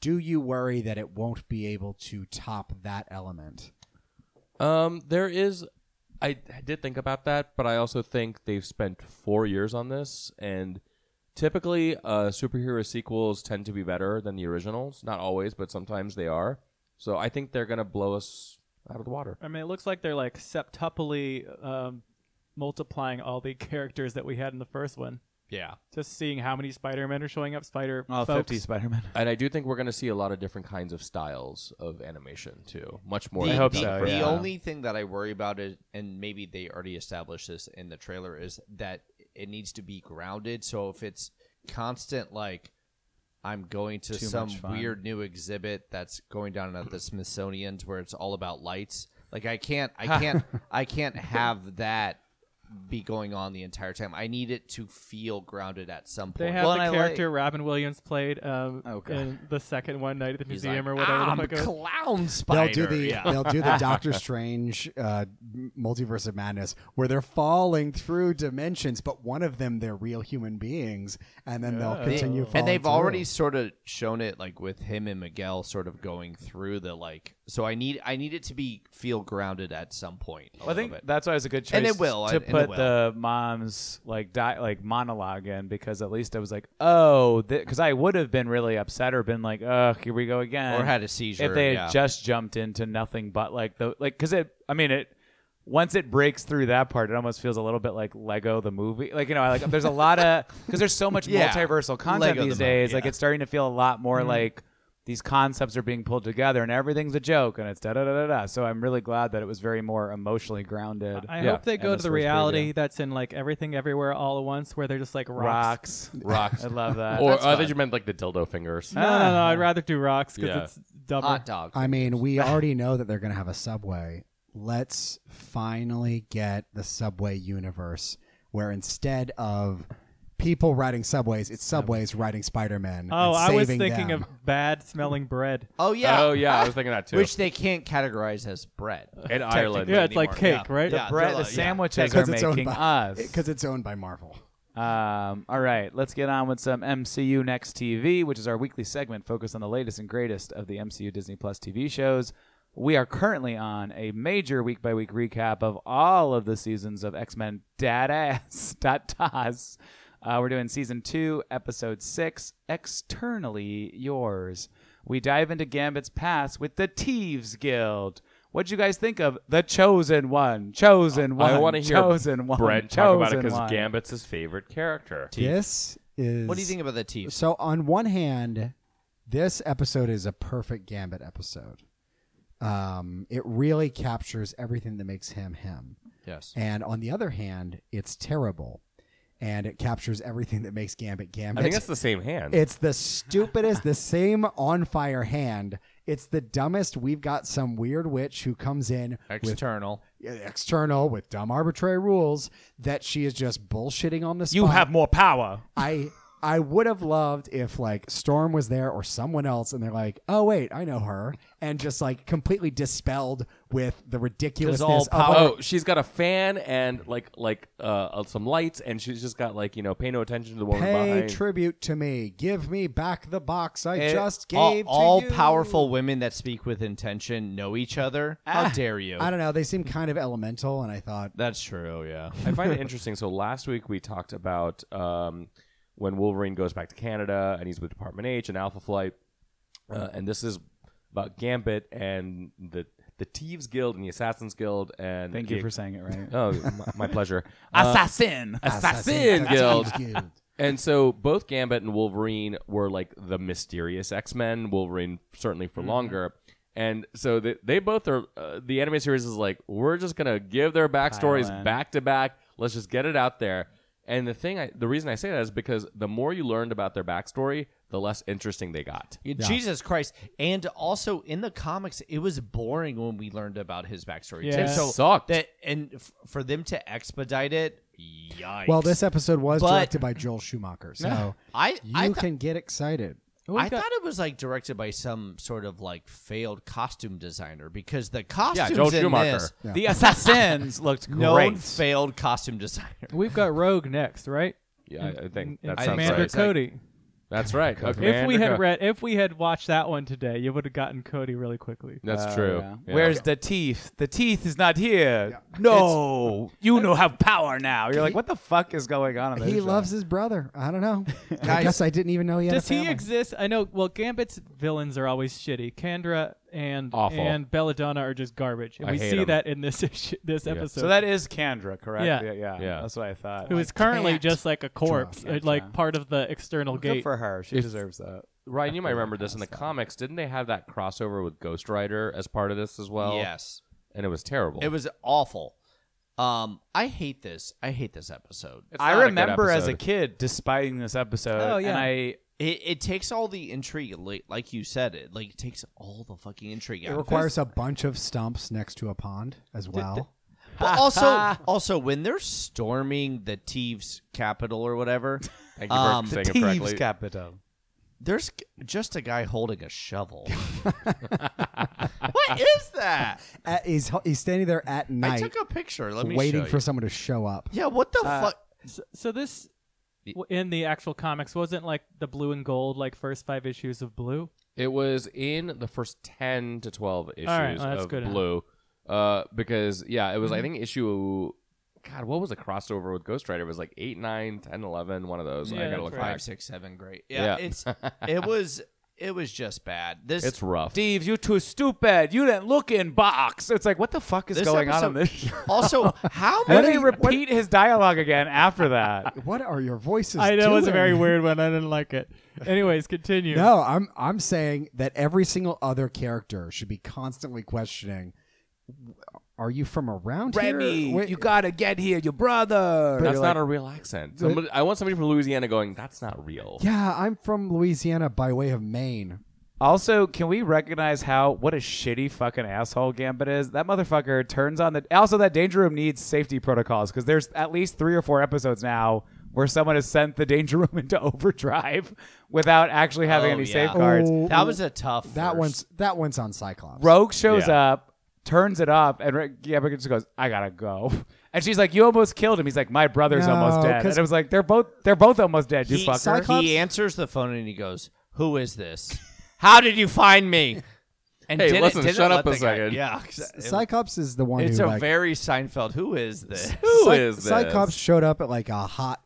Speaker 6: Do you worry that it won't be able to top that element?
Speaker 2: Um, there is. I did think about that, but I also think they've spent four years on this, and typically, uh, superhero sequels tend to be better than the originals. Not always, but sometimes they are. So I think they're gonna blow us out of the water.
Speaker 4: I mean, it looks like they're like septuply um, multiplying all the characters that we had in the first one.
Speaker 1: Yeah.
Speaker 4: Just seeing how many Spider-Men are showing up, Spider
Speaker 5: All
Speaker 4: folks.
Speaker 5: 50 Spider-Man.
Speaker 2: And I do think we're gonna see a lot of different kinds of styles of animation too. Much more.
Speaker 1: The,
Speaker 2: than
Speaker 5: hope
Speaker 1: the-
Speaker 2: the
Speaker 5: so,
Speaker 2: first
Speaker 1: the
Speaker 5: yeah.
Speaker 2: one.
Speaker 1: only thing that I worry about is, and maybe they already established this in the trailer, is that it needs to be grounded. So if it's constant, like I'm going to
Speaker 5: Too
Speaker 1: some
Speaker 5: much fun.
Speaker 1: weird new exhibit that's going down at the Smithsonian's where it's all about lights. Like I can't, I can't, I can't have that be going on the entire time. I need it to feel grounded at some
Speaker 4: They
Speaker 1: point.
Speaker 4: have
Speaker 5: Well,
Speaker 4: the
Speaker 5: and I
Speaker 4: character Robin Williams played um,
Speaker 5: Oh, God.
Speaker 4: in the second one, Night at the
Speaker 1: He's
Speaker 4: Museum
Speaker 1: like, "Ah,
Speaker 4: or whatever
Speaker 1: "I'm
Speaker 4: the fuck. it was."
Speaker 1: clown spider.
Speaker 6: They'll do the
Speaker 1: Yeah.
Speaker 6: they'll do the Doctor Strange uh, m- multiverse of madness where they're falling through dimensions, but one of them they're real human beings, and then they'll
Speaker 1: They-
Speaker 6: continue. falling
Speaker 1: and they've
Speaker 6: through.
Speaker 1: already sort of shown it like with him and miguel sort of going through the like so i need i need it to be feel grounded at some point a
Speaker 5: Well, I
Speaker 1: little
Speaker 5: think
Speaker 1: bit.
Speaker 5: that's why it's a good choice
Speaker 1: And it will,
Speaker 5: to
Speaker 1: and- and it
Speaker 5: put
Speaker 1: will.
Speaker 5: the mom's like di- like monologue in because at least I was like, oh, because I would have been really upset or been like, oh, here we go again,
Speaker 1: or had a seizure
Speaker 5: if they had
Speaker 1: yeah.
Speaker 5: just jumped into nothing but like the like because it. I mean it. Once it breaks through that part, it almost feels a little bit like Lego the movie. Like you know, I like there's a lot of because there's so much
Speaker 1: Yeah.
Speaker 5: multiversal content
Speaker 1: Lego the
Speaker 5: these
Speaker 1: movie,
Speaker 5: days. Like
Speaker 1: yeah.
Speaker 5: it's starting to feel a lot more like these concepts are being pulled together and everything's a joke and it's da da da da da. So I'm really glad that it was very more emotionally grounded.
Speaker 4: I
Speaker 2: Yeah.
Speaker 4: hope they
Speaker 5: And
Speaker 4: go to
Speaker 5: this
Speaker 4: the
Speaker 5: was
Speaker 4: reality
Speaker 5: preview.
Speaker 4: that's in like everything, everywhere, all at once, where they're just like rocks.
Speaker 5: Rocks.
Speaker 2: Rocks.
Speaker 5: I love that.
Speaker 2: or oh, I think you meant like the dildo fingers.
Speaker 4: No, no, no. I'd rather do rocks because
Speaker 2: Yeah.
Speaker 4: it's double.
Speaker 1: hot dog
Speaker 6: I mean, we already know that they're going to have a subway. Let's finally get the subway universe where instead of people riding subways, it's subways riding Spider Man.
Speaker 4: Oh, I was thinking of bad smelling bread.
Speaker 1: oh yeah
Speaker 2: Oh yeah, I was thinking that too.
Speaker 1: which they can't categorize as bread
Speaker 2: in Ireland.
Speaker 4: Yeah, it's like
Speaker 1: anymore.
Speaker 4: cake, right?
Speaker 1: Yeah.
Speaker 4: The
Speaker 1: Yeah,
Speaker 5: Brett,
Speaker 1: they're
Speaker 5: the
Speaker 1: like- yeah.
Speaker 5: sandwiches are
Speaker 6: because it's owned
Speaker 5: making
Speaker 6: by
Speaker 5: us.
Speaker 6: because it's owned by Marvel.
Speaker 5: Um, all right, let's get on with some MCU Next TV, which is our weekly segment focused on the latest and greatest of the MCU Disney Plus TV shows. We are currently on a major week by week recap of all of the seasons of X Men Dad Ass Dot Toss. Uh, we're doing season two, episode six, Externally Yours. We dive into Gambit's past with the Thieves Guild. What'd you guys think of The Chosen One? Chosen One.
Speaker 2: I want to hear
Speaker 5: Chosen One.
Speaker 2: Brent talk about it
Speaker 5: Chosen
Speaker 2: because
Speaker 5: One.
Speaker 2: Gambit's his favorite character.
Speaker 6: This is
Speaker 1: what do you think about the teeth
Speaker 6: So on one hand, this episode is a perfect Gambit episode. Um, it really captures everything that makes him him.
Speaker 1: yes
Speaker 6: And on the other hand, it's terrible, and it captures everything that makes Gambit Gambit.
Speaker 2: I think it's the same hand.
Speaker 6: It's the stupidest, the same on fire hand. It's the dumbest. We've got some weird witch who comes in with
Speaker 1: external
Speaker 6: external with dumb arbitrary rules that she is just bullshitting on the spot.
Speaker 5: You have more power.
Speaker 6: I I would have loved if like Storm was there or someone else, and they're like, "Oh wait, I know her," and just like completely dispelled with the ridiculousness
Speaker 5: all
Speaker 6: of
Speaker 5: power-
Speaker 2: Oh, she's got a fan and like like uh, uh some lights, and she's just got like you know pay no attention to the woman
Speaker 6: pay
Speaker 2: behind.
Speaker 6: tribute to me. Give me back the box I
Speaker 5: It-
Speaker 6: just gave
Speaker 1: all,
Speaker 6: to
Speaker 1: Eh, all
Speaker 6: you.
Speaker 1: powerful women that speak with intention know each other how dare you
Speaker 6: Ah, I don't know. They seem kind of elemental, and I thought
Speaker 1: that's true yeah
Speaker 2: I find it interesting. So last week we talked about um, when Wolverine goes back to Canada and he's with Department H and Alpha Flight, uh, and this is about Gambit and the the Thieves Guild and the Assassins Guild and
Speaker 5: Thank
Speaker 2: the,
Speaker 5: you for saying it right.
Speaker 2: Oh, my, my pleasure.
Speaker 5: Assassin.
Speaker 6: "Ah,
Speaker 2: Assassin
Speaker 6: Assassin's
Speaker 2: Guild.
Speaker 6: Guild.
Speaker 2: And so both Gambit and Wolverine were like the mysterious X Men. Wolverine certainly for longer. And so they, they both are. Uh, the anime series is like we're just gonna give their backstories
Speaker 5: in.
Speaker 2: back to back. Let's just get it out there. And the thing, I, the reason I say that is because the more you learned about their backstory, the less interesting they got.
Speaker 1: Jesus Christ. And also in the comics, it was boring when we learned about his backstory.
Speaker 4: Yeah.
Speaker 1: too.
Speaker 4: It
Speaker 2: sucked.
Speaker 1: That, and f- for them to expedite it, yikes.
Speaker 6: Well, this episode was
Speaker 1: But-
Speaker 6: directed by Joel Schumacher, so
Speaker 1: I,
Speaker 6: you
Speaker 1: I, th-
Speaker 6: can get excited.
Speaker 4: Oh, we
Speaker 1: I
Speaker 4: got-
Speaker 1: thought it was like directed by some sort of like failed costume designer because the costumes
Speaker 2: yeah, Joe
Speaker 1: in
Speaker 2: Schumacher.
Speaker 1: this
Speaker 5: The assassins looked
Speaker 1: known
Speaker 5: great.
Speaker 1: failed costume designer.
Speaker 4: We've got Rogue next, right?
Speaker 2: Yeah, I, I think
Speaker 4: And
Speaker 2: that sounds
Speaker 4: Commander
Speaker 2: right.
Speaker 4: Cody.
Speaker 2: That's right.
Speaker 4: if we
Speaker 2: Commander
Speaker 4: had
Speaker 2: Co-
Speaker 4: read, if we had watched that one today, you would have gotten Cody really quickly.
Speaker 2: that's
Speaker 5: Oh,
Speaker 2: true.
Speaker 5: yeah.
Speaker 2: Yeah.
Speaker 5: Where's the teeth? The teeth is not here. No, you know have power now. You're like, what the fuck is going on? In this
Speaker 6: He
Speaker 5: show?
Speaker 6: loves his brother. I don't know. I
Speaker 1: Guys-
Speaker 6: guess I didn't even know he had a
Speaker 4: Does he
Speaker 6: family.
Speaker 4: exist? I know. Well, Gambit's villains are always shitty. Kendra and
Speaker 2: Awful.
Speaker 4: and Belladonna are just garbage, and
Speaker 2: I
Speaker 4: we
Speaker 2: hate
Speaker 4: see
Speaker 2: 'em.
Speaker 4: that in this issue, this episode.
Speaker 5: So that is Kendra, correct?
Speaker 4: Yeah.
Speaker 5: yeah, yeah.
Speaker 2: Yeah.
Speaker 5: That's what I thought.
Speaker 4: who is currently
Speaker 6: cat.
Speaker 4: just like a corpse, uh, like part of the external
Speaker 5: good
Speaker 4: gate.
Speaker 5: for her? She deserves that.
Speaker 2: Ryan, you might remember this in the
Speaker 5: That's that.
Speaker 2: comics. Didn't they have that crossover with Ghost Rider as part of this as well?
Speaker 1: yes.
Speaker 2: And it was terrible.
Speaker 1: It was awful. Um, I hate this. I hate this episode.
Speaker 2: It's not a
Speaker 5: I
Speaker 2: good
Speaker 5: remember as a
Speaker 2: episode.
Speaker 5: kid despising this episode.
Speaker 4: Oh, yeah.
Speaker 5: And I
Speaker 1: It, it takes all the intrigue, like, like you said, it like takes all the fucking intrigue out.
Speaker 6: It
Speaker 1: of
Speaker 6: requires a bunch of stumps next to a pond as well.
Speaker 1: But also, also when they're storming the Thieves' capital or whatever,
Speaker 2: Thank you for
Speaker 1: Um,
Speaker 2: saying it
Speaker 5: thieves
Speaker 2: correctly.
Speaker 5: capital.
Speaker 1: there's g- just a guy holding a shovel. what is that?
Speaker 6: At- he's he's standing there at
Speaker 1: I
Speaker 6: night,
Speaker 1: took a picture. Let me
Speaker 6: waiting
Speaker 1: show
Speaker 6: for
Speaker 1: you.
Speaker 6: someone to show up.
Speaker 1: Yeah, what the fuck?
Speaker 4: So, so this w- in the actual comics wasn't like the blue and gold, like first five issues of blue.
Speaker 2: It was in the first ten to twelve issues
Speaker 4: right, well, that's
Speaker 2: of
Speaker 4: good Mm-hmm. enough.
Speaker 2: Blue, uh, because yeah, it was I think issue. God, what was the crossover with Ghost Rider? It was like 8, 9, 10, 11, one of those.
Speaker 4: Yeah,
Speaker 2: I gotta
Speaker 4: that's
Speaker 2: look
Speaker 4: right.
Speaker 2: back.
Speaker 1: Five, six, seven, great. Yeah,
Speaker 2: Yeah.
Speaker 1: it's it was it was just bad. This
Speaker 2: It's rough.
Speaker 5: Thieves, you too stupid. You didn't look in box. It's like, what the fuck is
Speaker 1: This
Speaker 5: going on
Speaker 1: episode-
Speaker 5: in this show?
Speaker 1: also how
Speaker 5: And they
Speaker 1: many
Speaker 5: repeat his dialogue again after that.
Speaker 6: What are your voices?
Speaker 4: I know it was a
Speaker 6: doing?
Speaker 4: very weird one. I didn't like it. Anyways, continue.
Speaker 6: No, I'm I'm saying that every single other character should be constantly questioning. Are you from around here? Wait-
Speaker 5: gotta get here, your brother.
Speaker 2: That's not a real accent. Somebody, I want somebody from Louisiana going, that's not real.
Speaker 6: yeah, I'm from Louisiana by way of Maine.
Speaker 5: Also, can we recognize how what a shitty fucking asshole Gambit is? That motherfucker turns on the. Also, that danger room needs safety protocols because there's at least three or four episodes now where someone has sent the danger room into overdrive without actually having
Speaker 1: Oh,
Speaker 5: any
Speaker 1: yeah.
Speaker 5: safeguards.
Speaker 6: Oh,
Speaker 1: that was a tough
Speaker 6: that
Speaker 1: first.
Speaker 6: one's that one's on Cyclops.
Speaker 5: Rogue shows
Speaker 2: Yeah.
Speaker 5: up, turns it off, and Rick Gambit just goes, "I gotta go." And she's like, "You almost killed him." He's like, "My brother's
Speaker 6: No,
Speaker 5: almost dead."
Speaker 6: 'cause-
Speaker 5: And it was like, "They're both they're both almost dead." You
Speaker 1: he,
Speaker 5: fucker.
Speaker 6: Cyclops-
Speaker 1: he answers the phone and he goes, "Who is this? How did you find me?" And
Speaker 2: Hey,
Speaker 1: didn't-
Speaker 2: listen,
Speaker 1: didn't
Speaker 2: shut
Speaker 1: let
Speaker 2: up a
Speaker 1: the guy-
Speaker 2: second.
Speaker 1: yeah, 'cause it-
Speaker 6: Cyclops is the one
Speaker 1: it's
Speaker 6: who
Speaker 1: a
Speaker 6: like,
Speaker 1: very Seinfeld. Who is this?
Speaker 2: Who
Speaker 6: Cy-
Speaker 2: is this?
Speaker 6: Cyclops showed up at like a hot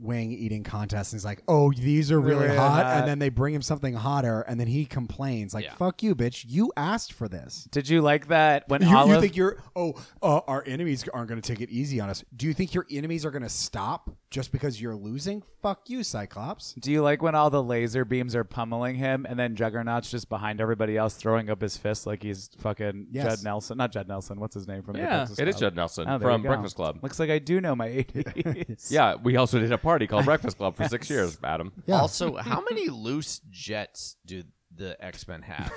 Speaker 6: wing eating contest and he's like, "Oh, these are really,
Speaker 5: really
Speaker 6: hot.
Speaker 5: hot.
Speaker 6: and then they bring him something hotter, and then he complains like,
Speaker 1: Yeah.
Speaker 6: "Fuck you, bitch! You asked for this."
Speaker 5: Did you like that when
Speaker 6: You,
Speaker 5: Olive?
Speaker 6: you think you're oh uh, our enemies aren't going to take it easy on us? Do you think your enemies are going to stop just because you're losing? Fuck you, Cyclops.
Speaker 5: Do you like when all the laser beams are pummeling him and then Juggernaut's just behind everybody else throwing up his fist like he's fucking
Speaker 6: Yes.
Speaker 5: Judd Nelson? Not Judd Nelson. What's his name from the
Speaker 4: Yeah.
Speaker 5: Breakfast
Speaker 2: It
Speaker 5: Club?
Speaker 2: is Judd Nelson
Speaker 5: Oh, there
Speaker 2: from
Speaker 5: you go.
Speaker 2: Breakfast Club.
Speaker 5: Looks like I do know my 80s.
Speaker 2: Yeah, we also did a party called Breakfast Club for six years, Adam.
Speaker 6: Yeah.
Speaker 1: Also, how many loose jets do the X Men have?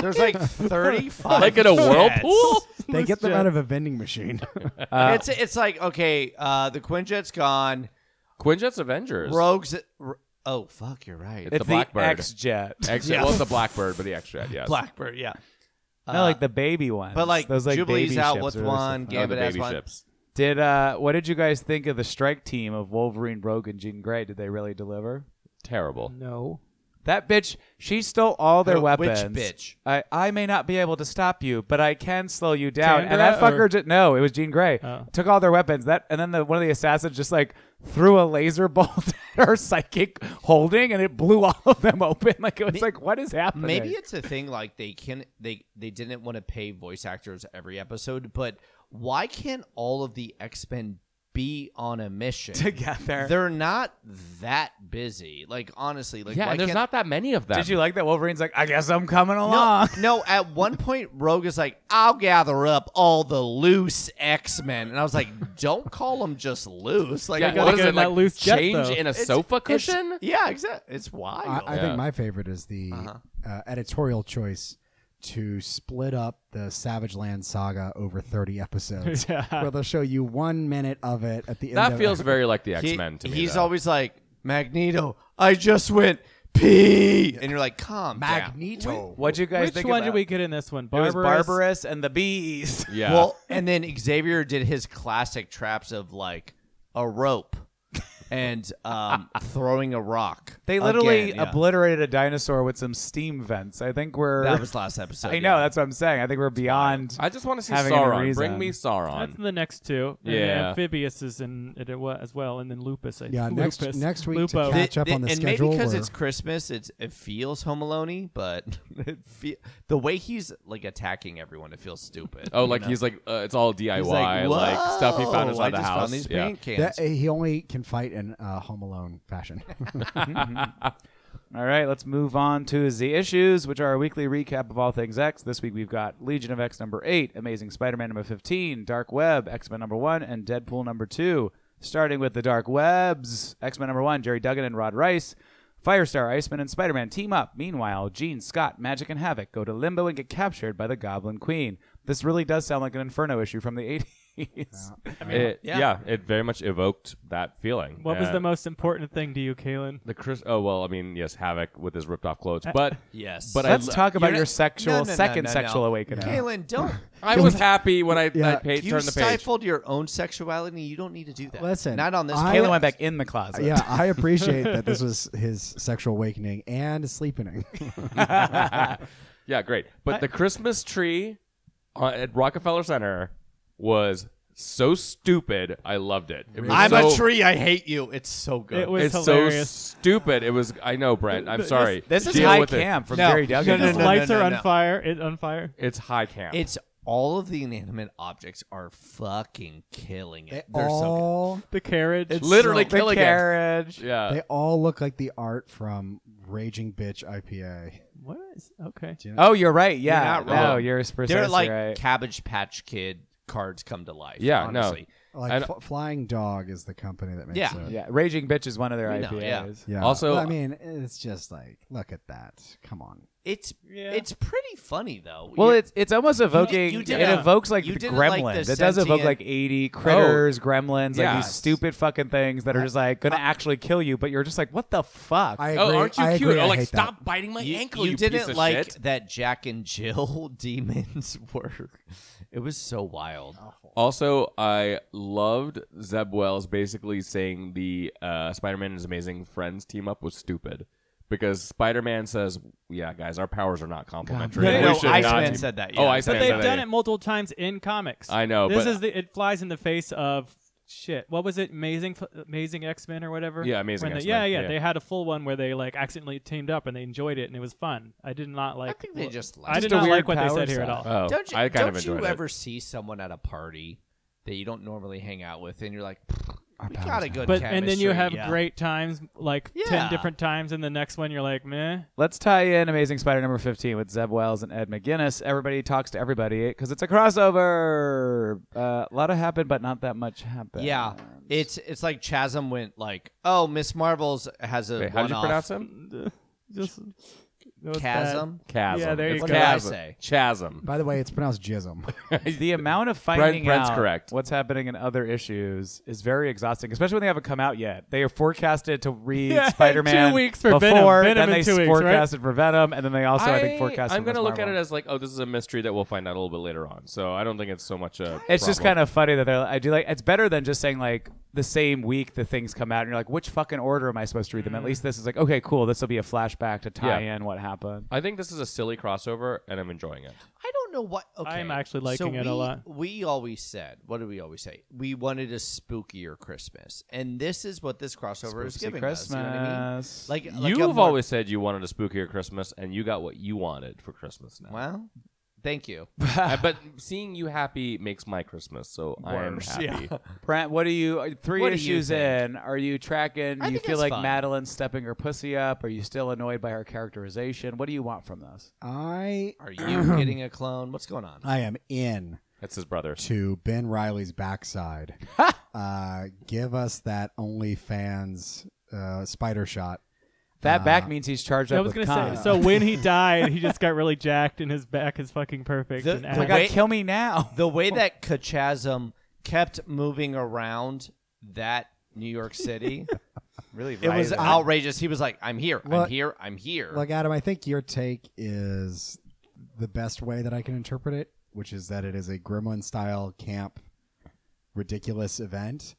Speaker 1: There's like 35.
Speaker 2: Like in a
Speaker 1: jets.
Speaker 2: whirlpool?
Speaker 6: They get them out of a vending machine.
Speaker 1: it's it's like okay, uh, the Quinjet's gone.
Speaker 2: Quinjet's Avengers.
Speaker 1: Rogues. R- oh fuck, you're right.
Speaker 2: It's
Speaker 5: It's
Speaker 2: the Blackbird.
Speaker 5: X Jet.
Speaker 2: X-
Speaker 1: Yeah.
Speaker 2: Well, it's the Blackbird, but the X Jet, yes.
Speaker 1: Blackbird. Yeah.
Speaker 5: Not like the baby one.
Speaker 1: But like,
Speaker 5: Those, like
Speaker 1: Jubilee's
Speaker 5: baby
Speaker 1: out
Speaker 5: ships
Speaker 1: with
Speaker 5: are really
Speaker 1: one.
Speaker 5: so fun.
Speaker 2: Oh, the
Speaker 1: Gambit has
Speaker 2: baby
Speaker 1: one.
Speaker 2: ships.
Speaker 5: Did uh, what did you guys think of the strike team of Wolverine, Rogue, and Jean Grey? Did they really deliver?
Speaker 2: Terrible.
Speaker 4: No.
Speaker 5: That bitch, she stole all their
Speaker 1: Who- which
Speaker 5: weapons.
Speaker 1: bitch?
Speaker 5: I, I may not be able to stop you, but I can slow you down.
Speaker 4: Kendra
Speaker 5: and that fucker
Speaker 4: or-
Speaker 5: just no, it was Jean Grey.
Speaker 4: Oh.
Speaker 5: Took all their weapons. That and then the one of the assassins just like threw a laser bolt at her psychic holding, and it blew all of them open. Like it was like, what is happening?
Speaker 1: Maybe it's a thing like they can they they didn't want to pay voice actors every episode, but why can't all of the X Men be on a mission
Speaker 5: together.
Speaker 1: They're not that busy. Like honestly, like
Speaker 2: yeah,
Speaker 1: why
Speaker 2: and there's
Speaker 1: can't-
Speaker 2: not that many of them.
Speaker 5: Did you like that? Wolverine's like, I guess I'm coming
Speaker 1: No,
Speaker 5: along.
Speaker 1: no, at one point, Rogue is like, I'll gather up all the loose X Men. And I was like, don't call them just loose. Like,
Speaker 2: Yeah,
Speaker 4: gotta
Speaker 2: what
Speaker 4: go
Speaker 2: is it
Speaker 4: in that
Speaker 2: like?
Speaker 4: loose jet,
Speaker 2: change
Speaker 4: though.
Speaker 2: in a
Speaker 1: It's-
Speaker 2: sofa
Speaker 1: it's-
Speaker 2: cushion?
Speaker 1: Yeah, exactly. It's wild.
Speaker 6: I, I
Speaker 2: Yeah.
Speaker 6: think my favorite is the uh
Speaker 1: Uh-huh.
Speaker 6: editorial choice to split up the Savage Land saga over 30 episodes,
Speaker 4: Yeah.
Speaker 6: where they'll show you one minute of it at the end.
Speaker 2: That
Speaker 6: of
Speaker 2: feels very like the X
Speaker 1: He-
Speaker 2: Men to me.
Speaker 1: He's
Speaker 2: though.
Speaker 1: always like, Magneto, I just went pee. And you're like, calm down.
Speaker 6: Magneto.
Speaker 5: What'd you guys
Speaker 4: Which
Speaker 5: think
Speaker 4: one
Speaker 5: about?
Speaker 4: did we get in this one?
Speaker 5: It was
Speaker 4: Barbarous.
Speaker 5: Barbarous and the bees.
Speaker 2: yeah.
Speaker 1: Well, and then Xavier did his classic traps of like a rope and um, throwing a rock.
Speaker 5: They literally
Speaker 1: Again, yeah.
Speaker 5: obliterated a dinosaur with some steam vents. I think we're.
Speaker 1: That was last episode.
Speaker 5: I
Speaker 1: yeah.
Speaker 5: know. That's what I'm saying. I think we're beyond.
Speaker 2: I just want to see
Speaker 5: having an
Speaker 2: Sauron.
Speaker 5: reason.
Speaker 2: Bring me
Speaker 4: That's
Speaker 2: Sauron.
Speaker 4: in the next two. And
Speaker 2: Yeah.
Speaker 4: then Amphibious is in it wa- as well, and then Lupus. I
Speaker 6: Yeah,
Speaker 4: think.
Speaker 6: next-
Speaker 4: Lupus.
Speaker 6: next week to
Speaker 4: Lupo.
Speaker 6: catch- up on the
Speaker 1: and
Speaker 6: schedule,
Speaker 1: maybe because
Speaker 6: or-
Speaker 1: it's Christmas, it's, it feels Home Alone, but it fe- the way he's like attacking everyone, it feels stupid.
Speaker 2: Oh,
Speaker 1: you
Speaker 2: like
Speaker 1: know?
Speaker 2: he's like uh, it's all DIY,
Speaker 1: He's
Speaker 2: like,
Speaker 1: "Whoa,
Speaker 2: stuff he
Speaker 1: I
Speaker 2: found inside the
Speaker 1: just
Speaker 2: house.
Speaker 1: Found these
Speaker 2: yeah.
Speaker 1: paint cans.
Speaker 6: That, uh, he only can fight in uh, Home Alone fashion. Uh,
Speaker 5: All right, let's move on to the issues, which are a weekly recap of all things X. This week we've got Legion of X number eight, Amazing Spider-Man number fifteen, Dark Web, X-Men number one, and Deadpool number two. Starting with the Dark Webs, X-Men number one, Jerry Duggan and Rod Rice. Firestar, Iceman, and Spider-Man team up. Meanwhile, Jean, Scott, Magic, and Havoc go to Limbo and get captured by the Goblin Queen. This really does sound like an Inferno issue from the 80s.
Speaker 2: It- yeah. it very much evoked that feeling.
Speaker 4: What was
Speaker 2: Uh,
Speaker 4: the most important thing to you, Kalen?
Speaker 2: the Chris? Oh well, I mean, yes, Havoc with his ripped off
Speaker 4: Uh,
Speaker 2: clothes, but
Speaker 1: yes,
Speaker 2: But I
Speaker 5: Let's
Speaker 2: lo-
Speaker 5: talk about
Speaker 1: You're
Speaker 5: your
Speaker 1: not-
Speaker 5: sexual
Speaker 1: no, no, no,
Speaker 5: second
Speaker 1: no, no.
Speaker 5: sexual awakening.
Speaker 1: Kaylin, don't
Speaker 2: I was happy when I,
Speaker 6: Yeah.
Speaker 2: I paid,
Speaker 1: you
Speaker 2: turned the page.
Speaker 1: stifled your own sexuality. You don't need to do that.
Speaker 6: Listen,
Speaker 1: not on this.
Speaker 6: I-
Speaker 5: Kayla went back in the closet.
Speaker 6: yeah, I appreciate that this was his sexual awakening and sleepening.
Speaker 2: yeah, great. But the Christmas tree uh, at Rockefeller Center was so stupid. I loved it. It was
Speaker 1: I'm
Speaker 2: so-
Speaker 1: a tree. I hate you. It's so good.
Speaker 4: It was
Speaker 2: It's
Speaker 4: hilarious.
Speaker 2: so stupid. It was. I know, Brent. I'm sorry.
Speaker 5: This is
Speaker 2: Deal
Speaker 5: high
Speaker 2: with it.
Speaker 5: camp from
Speaker 1: No.
Speaker 5: Jerry Duggan.
Speaker 1: No, no,
Speaker 4: His
Speaker 1: no,
Speaker 4: lights
Speaker 1: no,
Speaker 4: are on
Speaker 1: no.
Speaker 4: fire. It on fire.
Speaker 2: It's high camp.
Speaker 1: it's all of the inanimate objects are fucking killing it. They're so good.
Speaker 6: all
Speaker 4: The carriage.
Speaker 2: literally
Speaker 5: the
Speaker 2: killing it.
Speaker 5: carriage.
Speaker 2: Yeah.
Speaker 1: Uh,
Speaker 6: they all look like the art from Raging Bitch IPA.
Speaker 4: what is okay?
Speaker 5: Oh, you're right. Yeah.
Speaker 1: You're not
Speaker 5: no,
Speaker 1: wrong.
Speaker 5: you're precisely
Speaker 1: They're like
Speaker 5: right.
Speaker 1: Cabbage Patch Kid cards come to life.
Speaker 2: Yeah, no.
Speaker 1: honestly.
Speaker 6: Like
Speaker 2: And-
Speaker 6: F- Flying Dog is the company that makes
Speaker 1: Yeah.
Speaker 6: it.
Speaker 5: yeah, Raging Bitch is one of their
Speaker 1: We know,
Speaker 5: IPAs.
Speaker 6: Yeah.
Speaker 2: Also-
Speaker 6: Well, I mean, it's just like, look at that. Come on.
Speaker 1: It's
Speaker 4: Yeah.
Speaker 1: it's pretty funny though.
Speaker 5: Well,
Speaker 1: You-
Speaker 5: it's it's almost evoking.
Speaker 1: you did
Speaker 5: it
Speaker 1: a-
Speaker 5: evokes like
Speaker 1: you
Speaker 5: the
Speaker 1: did, like,
Speaker 5: gremlins.
Speaker 1: the
Speaker 5: it does evoke
Speaker 1: sentient- Oh.
Speaker 5: like eighty critters, gremlins,
Speaker 2: Yeah.
Speaker 5: like these stupid fucking things that are just like gonna actually kill you. But you're just like, what the fuck?
Speaker 6: I agree.
Speaker 2: Oh, aren't you
Speaker 6: I
Speaker 2: cute?
Speaker 6: Agree,
Speaker 2: oh,
Speaker 6: I
Speaker 2: like
Speaker 6: hate
Speaker 2: stop
Speaker 6: That.
Speaker 2: biting my
Speaker 1: you,
Speaker 2: ankle.
Speaker 1: you
Speaker 2: You,
Speaker 1: didn't
Speaker 2: piece of
Speaker 1: like
Speaker 2: shit.
Speaker 1: that Jack and Jill demons were. It was so wild.
Speaker 2: Also, I loved Zeb Wells basically saying the uh, Spider-Man and his amazing friends team up was stupid because Spider-Man says, "Yeah, guys, our powers are not complementary.
Speaker 4: No,
Speaker 2: We
Speaker 4: no, no,
Speaker 2: should
Speaker 1: Iceman
Speaker 2: not team-
Speaker 1: said that,
Speaker 2: Oh,
Speaker 1: yeah.
Speaker 2: Iceman
Speaker 4: But they've
Speaker 2: said that,
Speaker 4: done
Speaker 2: yeah.
Speaker 4: it multiple times in comics.
Speaker 2: I know,
Speaker 4: This
Speaker 2: but-
Speaker 4: is the it flies in the face of shit. What was it? Amazing, Amazing X Men or whatever.
Speaker 2: Yeah, Amazing
Speaker 4: When they-
Speaker 2: X-Men,
Speaker 4: yeah, yeah,
Speaker 2: yeah.
Speaker 4: They had a full one where they like accidentally teamed up and they enjoyed it and it was fun. I did not like.
Speaker 1: I think they just
Speaker 4: I
Speaker 1: like.
Speaker 4: did
Speaker 5: a
Speaker 4: not
Speaker 5: weird
Speaker 4: like what they
Speaker 5: power
Speaker 4: said here at all.
Speaker 5: set.
Speaker 2: Oh,
Speaker 1: Don't you,
Speaker 2: I kind
Speaker 1: don't
Speaker 2: of
Speaker 1: you
Speaker 2: enjoyed
Speaker 1: ever see someone at a party that you don't normally hang out with, and you're like, we got a good
Speaker 4: But and then you
Speaker 1: chemistry,
Speaker 4: have
Speaker 1: yeah.
Speaker 4: great times, like ten
Speaker 1: Yeah.
Speaker 4: different times, and the next one you're like, meh.
Speaker 5: Let's tie in Amazing Spider number 15 with Zeb Wells and Ed McGuinness. Everybody talks to everybody because it's a crossover. Uh, a lot of happened, but not that much happened.
Speaker 1: Yeah, it's it's like Chasm went like, oh, Miss Marvel's has a
Speaker 2: it. Wait, how did you
Speaker 1: one-off
Speaker 2: pronounce him?
Speaker 4: Just that was bad.
Speaker 1: chasm.
Speaker 2: Chasm.
Speaker 4: Yeah, there you
Speaker 2: It's
Speaker 1: What
Speaker 4: go.
Speaker 1: did I
Speaker 2: chasm.
Speaker 1: say?
Speaker 2: Chasm.
Speaker 6: By the way, it's pronounced jism.
Speaker 5: the amount of finding
Speaker 2: Brent's
Speaker 5: out
Speaker 2: correct.
Speaker 5: what's happening in other issues is very exhausting, especially when they haven't come out yet. They are forecasted to read
Speaker 4: Yeah,
Speaker 5: Spider-Man
Speaker 4: two weeks for
Speaker 5: before,
Speaker 4: Venom. Venom
Speaker 5: then
Speaker 4: in
Speaker 5: they
Speaker 4: two weeks, right?
Speaker 5: forecasted for Venom, and then they also I, think forecasted.
Speaker 2: I'm
Speaker 5: going
Speaker 2: gonna
Speaker 5: to
Speaker 2: look at it as like, oh, this is a mystery that we'll find out a little bit later on. So I don't think it's so much a.
Speaker 5: it's just kind of funny that they're. I do like. It's better than just saying like the same week the things come out, and you're like, which fucking order am I supposed to read
Speaker 4: Mm.
Speaker 5: them? At least this is like, okay, cool. This will be a flashback to tie
Speaker 2: Yeah.
Speaker 5: in what happened.
Speaker 2: I think this is a silly crossover, and I'm enjoying it.
Speaker 1: I don't know what. Okay,
Speaker 4: I'm actually
Speaker 1: so
Speaker 4: liking it a
Speaker 1: we-
Speaker 4: lot.
Speaker 1: We always said, what did we always say? We wanted a spookier Christmas, and this is what this crossover is
Speaker 5: Spoopsy
Speaker 1: giving us. You know what I mean?
Speaker 5: Christmas.
Speaker 1: Like, like a
Speaker 2: You've
Speaker 1: more-
Speaker 2: always said you wanted a spookier Christmas, and you got what you wanted for Christmas now.
Speaker 1: well, Thank you.
Speaker 2: Uh, but seeing you happy makes my Christmas, so I am
Speaker 5: Worse,
Speaker 2: happy.
Speaker 5: yeah. Brent, what are you? are- Three
Speaker 1: What do you
Speaker 5: issues
Speaker 1: think?
Speaker 5: in. Are you tracking?
Speaker 1: I
Speaker 5: Do you
Speaker 1: think
Speaker 5: feel
Speaker 1: it's
Speaker 5: like
Speaker 1: fine.
Speaker 5: Madeline's stepping her pussy up? Are you still annoyed by her characterization? What do you want from this?
Speaker 6: I
Speaker 1: Are you getting a clone? What's going on?
Speaker 6: I am in
Speaker 2: That's his brother.
Speaker 6: to Ben Riley's backside. uh, give us that OnlyFans uh, spider shot.
Speaker 5: That
Speaker 6: Uh,
Speaker 5: back means he's charged
Speaker 4: I
Speaker 5: up
Speaker 4: was
Speaker 5: with
Speaker 4: gonna
Speaker 5: con.
Speaker 4: say. So when he died, he just got really jacked, and his back is fucking perfect.
Speaker 1: The-
Speaker 4: and
Speaker 1: the
Speaker 5: oh my
Speaker 4: ass-
Speaker 5: god,
Speaker 1: Wait.
Speaker 5: kill me now.
Speaker 1: The way that Kachasm kept moving around that New York City,
Speaker 5: really,
Speaker 1: it was
Speaker 5: right.
Speaker 1: outrageous. He was like, "I'm here, I'm
Speaker 6: Look-
Speaker 1: here, I'm here."
Speaker 6: Look, Adam, I think your take is the best way that I can interpret it, which is that it is a gremlin style camp, ridiculous event.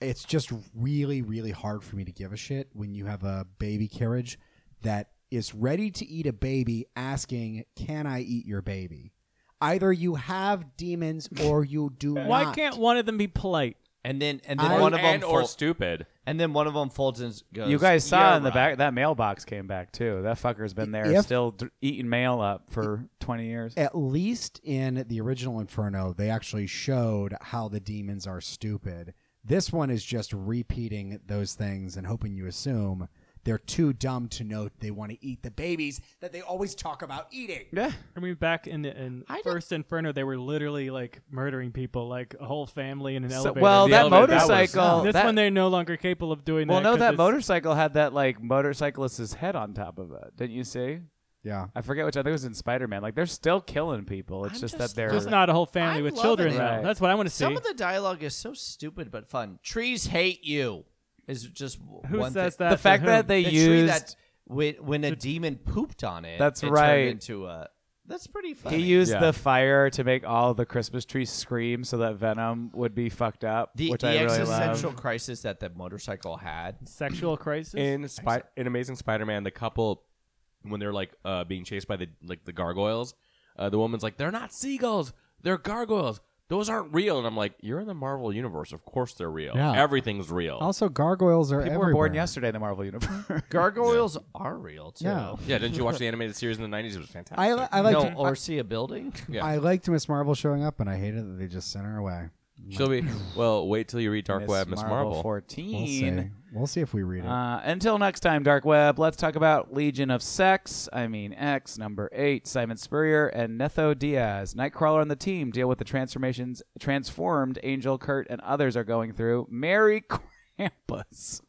Speaker 6: It's just really, really hard for me to give a shit when you have a baby carriage that is ready to eat a baby asking, Can I eat your baby? Either you have demons or you do
Speaker 4: Why
Speaker 6: not.
Speaker 4: can't one of them be polite?
Speaker 1: and then and then
Speaker 6: I-
Speaker 1: one of them
Speaker 2: and or
Speaker 1: fol-
Speaker 2: stupid.
Speaker 1: and then one of them folds and goes.
Speaker 5: You guys saw
Speaker 1: "You're
Speaker 5: in the
Speaker 1: right."
Speaker 5: back that mailbox came back too. That fucker's been there,
Speaker 6: If-
Speaker 5: still d- eating mail up for twenty years.
Speaker 6: at least in the original Inferno, they actually showed how the demons are stupid. This one is just repeating those things and hoping you assume they're too dumb to know they want to eat the babies that they always talk about eating.
Speaker 5: Yeah,
Speaker 4: I mean, back in the in first Inferno, they were literally like murdering people, like a whole family in an
Speaker 5: So-
Speaker 4: elevator.
Speaker 5: well,
Speaker 2: The
Speaker 5: that
Speaker 2: elevator, that was-
Speaker 5: motorcycle.
Speaker 4: this
Speaker 5: that-
Speaker 4: one they're no longer capable of doing
Speaker 5: well,
Speaker 4: that.
Speaker 5: no,
Speaker 4: 'cause
Speaker 5: that
Speaker 4: it's-
Speaker 5: motorcycle had that like motorcyclist's head on top of it. Didn't you see?
Speaker 6: Yeah.
Speaker 5: I forget which. I think it was in Spider Man. Like they're still killing people. It's
Speaker 1: I'm
Speaker 5: just,
Speaker 1: just
Speaker 5: that they're
Speaker 4: Just not a whole family
Speaker 1: I'm
Speaker 4: with
Speaker 1: loving
Speaker 4: children,
Speaker 1: it.
Speaker 4: though.
Speaker 5: Right.
Speaker 4: That's what I want to see.
Speaker 1: Some of the dialogue is so stupid but fun. Trees hate you is just w-
Speaker 4: who
Speaker 1: one
Speaker 4: says
Speaker 1: thing.
Speaker 4: that?
Speaker 5: the
Speaker 4: to
Speaker 5: fact
Speaker 4: whom?
Speaker 5: that they
Speaker 1: The tree
Speaker 5: used
Speaker 1: that when, when a demon pooped on it,
Speaker 5: That's
Speaker 1: it turned
Speaker 5: right.
Speaker 1: into a that's pretty funny.
Speaker 5: he used
Speaker 2: Yeah.
Speaker 5: the fire to make all the Christmas trees scream so that Venom would be fucked up,
Speaker 1: the, E
Speaker 5: which
Speaker 1: the
Speaker 5: I really
Speaker 1: existential
Speaker 5: love.
Speaker 1: crisis that the motorcycle had.
Speaker 4: sexual crisis.
Speaker 2: in Spy- in Amazing Spider-Man, the couple when they're like uh, being chased by the like the gargoyles, uh, the woman's like, "They're not seagulls, they're gargoyles. Those aren't real." And I'm like, "You're in the Marvel universe. Of course they're real.
Speaker 6: Yeah.
Speaker 2: Everything's real."
Speaker 6: Also, gargoyles are
Speaker 5: People
Speaker 6: everywhere.
Speaker 5: were born yesterday in the Marvel universe.
Speaker 1: Gargoyles are real too.
Speaker 6: Yeah.
Speaker 2: yeah, didn't you watch the animated series in the '90s? It was fantastic.
Speaker 6: I, li- I liked
Speaker 1: no, or see a building.
Speaker 2: yeah.
Speaker 6: I liked Miss Marvel showing up, and I hated that they just sent her away.
Speaker 2: She'll be well. Wait till you read Dark Web, Miss Marvel.
Speaker 6: We'll see.
Speaker 5: 14.
Speaker 6: We'll see if we read it.
Speaker 5: Uh, until next time, Dark Web, let's talk about Legion of Sex. I mean, X, number eight, Simon Spurrier, and Netho Diaz. Nightcrawler and the team deal with the transformations transformed Angel, Kurt, and others are going through. Merry Krampus.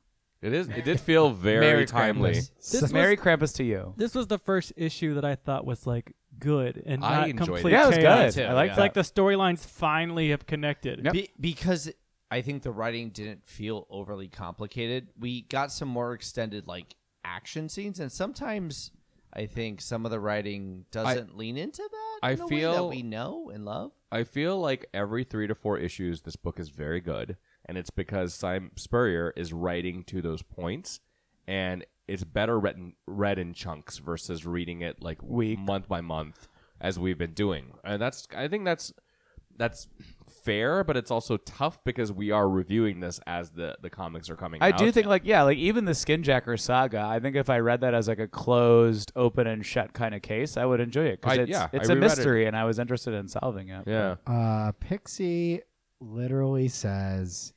Speaker 2: It is. It did feel very
Speaker 5: Merry
Speaker 2: timely.
Speaker 5: Krampus.
Speaker 4: This was-
Speaker 5: Merry Krampus to you.
Speaker 4: this was the first issue that I thought was like good and
Speaker 2: I
Speaker 4: not
Speaker 2: enjoyed it.
Speaker 4: complete
Speaker 5: Yeah, it was
Speaker 4: chaos.
Speaker 5: good.
Speaker 1: too,
Speaker 5: I like
Speaker 1: yeah.
Speaker 4: It's like the storylines finally have connected.
Speaker 5: Yep.
Speaker 1: Be- because I think the writing didn't feel overly complicated. We got some more extended like action scenes, and sometimes I think some of the writing doesn't lean into that.
Speaker 2: I
Speaker 1: in a way that
Speaker 2: feel-
Speaker 1: we know and love.
Speaker 2: I feel like every three to four issues, this book is very good, and it's because Simon Spurrier is writing to those points, and it's better read in, read in chunks versus reading it like
Speaker 5: Week.
Speaker 2: month by month as we've been doing. And that's I think that's that's fair, but it's also tough because we are reviewing this as the the comics are coming.
Speaker 5: I
Speaker 2: out.
Speaker 5: do think, like, yeah, like even the Skinjacker saga. I think if I read that as like a closed, open and shut kind of case, I would enjoy it
Speaker 2: I-
Speaker 5: because it's,
Speaker 2: yeah,
Speaker 5: it's
Speaker 2: I
Speaker 5: a
Speaker 2: reread it.
Speaker 5: mystery, and I was interested in solving it.
Speaker 2: yeah.
Speaker 6: Uh, Pixie literally says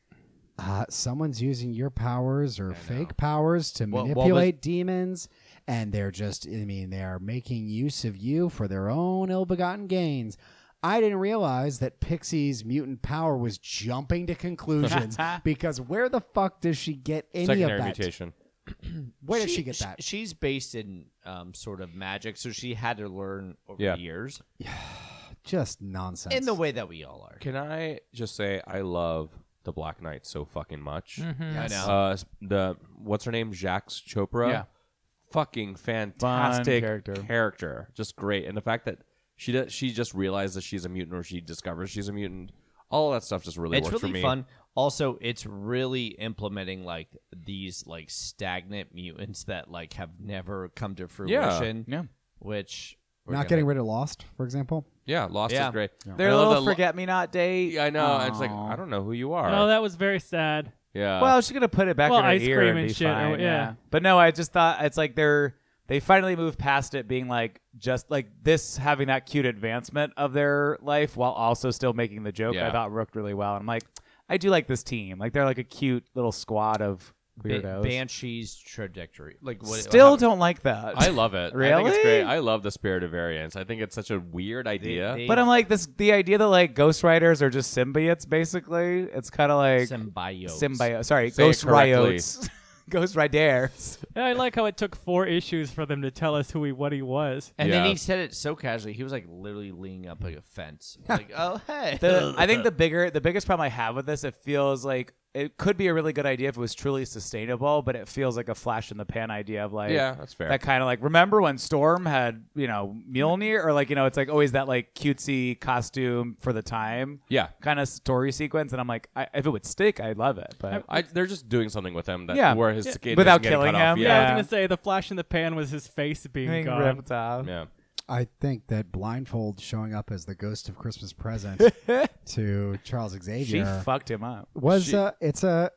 Speaker 6: uh, someone's using your powers or fake powers to
Speaker 1: What- what was-
Speaker 6: manipulate demons, and they're just, I mean, they are making use of you for their own ill begotten gains. I didn't realize that Pixie's mutant power was jumping to conclusions because where the fuck does she get any
Speaker 2: Secondary
Speaker 6: of that?
Speaker 2: mutation.
Speaker 6: Where did she get
Speaker 1: sh-
Speaker 6: that?
Speaker 1: She's based in um, sort of magic, so she had to learn over
Speaker 2: Yeah.
Speaker 1: the years
Speaker 6: Just nonsense.
Speaker 1: in the way that we all are.
Speaker 2: Can I just say I love the Black Knight so fucking much?
Speaker 5: Mm-hmm.
Speaker 1: I know.
Speaker 2: Uh, s- the what's her name, Jax Chopra.
Speaker 5: Yeah.
Speaker 2: fucking fantastic
Speaker 5: character.
Speaker 2: character, just great. And the fact that she does, she just realizes that she's a mutant, or she discovers she's a mutant. All that stuff just really
Speaker 1: it's
Speaker 2: works
Speaker 1: really
Speaker 2: for me.
Speaker 1: fun. Also, it's really implementing like these like stagnant mutants that like have never come to fruition.
Speaker 5: Yeah.
Speaker 1: Which we're
Speaker 6: Not
Speaker 1: gonna-
Speaker 6: getting rid of Lost, for example.
Speaker 2: Yeah, Lost
Speaker 1: Yeah.
Speaker 2: is great.
Speaker 5: They're
Speaker 2: I
Speaker 5: a
Speaker 2: love
Speaker 5: little
Speaker 2: that Lo-
Speaker 5: forget me not date.
Speaker 2: Yeah, I know. It's like uh,
Speaker 5: Aw.
Speaker 2: I don't know who you are.
Speaker 4: Oh, that was very sad.
Speaker 2: yeah.
Speaker 5: Well, she's gonna put it back
Speaker 4: Well,
Speaker 5: in her
Speaker 4: ice
Speaker 5: ear
Speaker 4: cream
Speaker 5: and
Speaker 4: and
Speaker 5: be
Speaker 4: shit, or-
Speaker 5: fine.
Speaker 4: yeah.
Speaker 5: But no, I just thought it's like they're They finally moved past it being like just like this having that cute advancement of their life while also still making the joke. I
Speaker 2: Yeah.
Speaker 5: thought worked really well. And I'm like, I do like this team. Like they're like a cute little squad of weirdos.
Speaker 1: Banshee's trajectory. Like what?
Speaker 5: still
Speaker 1: how-
Speaker 5: don't like that.
Speaker 2: I love it. I think
Speaker 5: Really?
Speaker 2: it's great. I love the spirit of variance. I think it's such a weird idea.
Speaker 1: they-
Speaker 5: but I'm like this the idea that like ghostwriters are just symbiotes basically. It's kind of like
Speaker 1: symbiotes.
Speaker 5: symbiote. Sorry,
Speaker 2: Say it
Speaker 5: ghost
Speaker 2: correctly.
Speaker 5: riots. ghost riders.
Speaker 4: Yeah, I like how it took four issues for them to tell us who he, what he was.
Speaker 1: And then
Speaker 2: Yeah.
Speaker 1: he said it so casually. He was like literally leaning up like a fence. Like, oh hey.
Speaker 5: The, I think the bigger, the biggest problem I have with this, it feels like it could be a really good idea if it was truly sustainable, but it feels like a flash in the pan idea of like,
Speaker 2: Yeah, that's fair.
Speaker 5: that kind of like remember when Storm had you know Mjolnir or like you know it's like always that like cutesy costume for the time,
Speaker 2: Yeah.
Speaker 5: kind of story sequence, and I'm like, I, if it would stick, I'd love it, but
Speaker 2: I, they're just doing something with him that
Speaker 5: Yeah.
Speaker 2: where his
Speaker 5: Yeah.
Speaker 2: skin
Speaker 5: Without
Speaker 2: doesn't get
Speaker 5: killing
Speaker 2: cut
Speaker 5: him,
Speaker 2: Off.
Speaker 4: Yeah, I
Speaker 2: Yeah.
Speaker 4: was gonna say the flash in the pan was his face being
Speaker 5: being
Speaker 4: gone.
Speaker 5: ripped off.
Speaker 2: yeah.
Speaker 6: I think that blindfold showing up as the ghost of Christmas present to Charles
Speaker 5: She
Speaker 6: Xavier
Speaker 5: fucked him up.
Speaker 6: was
Speaker 2: she-
Speaker 6: a, it's a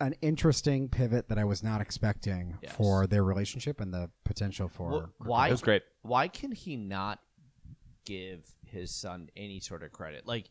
Speaker 6: an interesting pivot that I was not expecting
Speaker 1: Yes.
Speaker 6: for their relationship and the potential for.
Speaker 1: Wh- why?
Speaker 2: It was great.
Speaker 1: Why can he not give his son any sort of credit? Like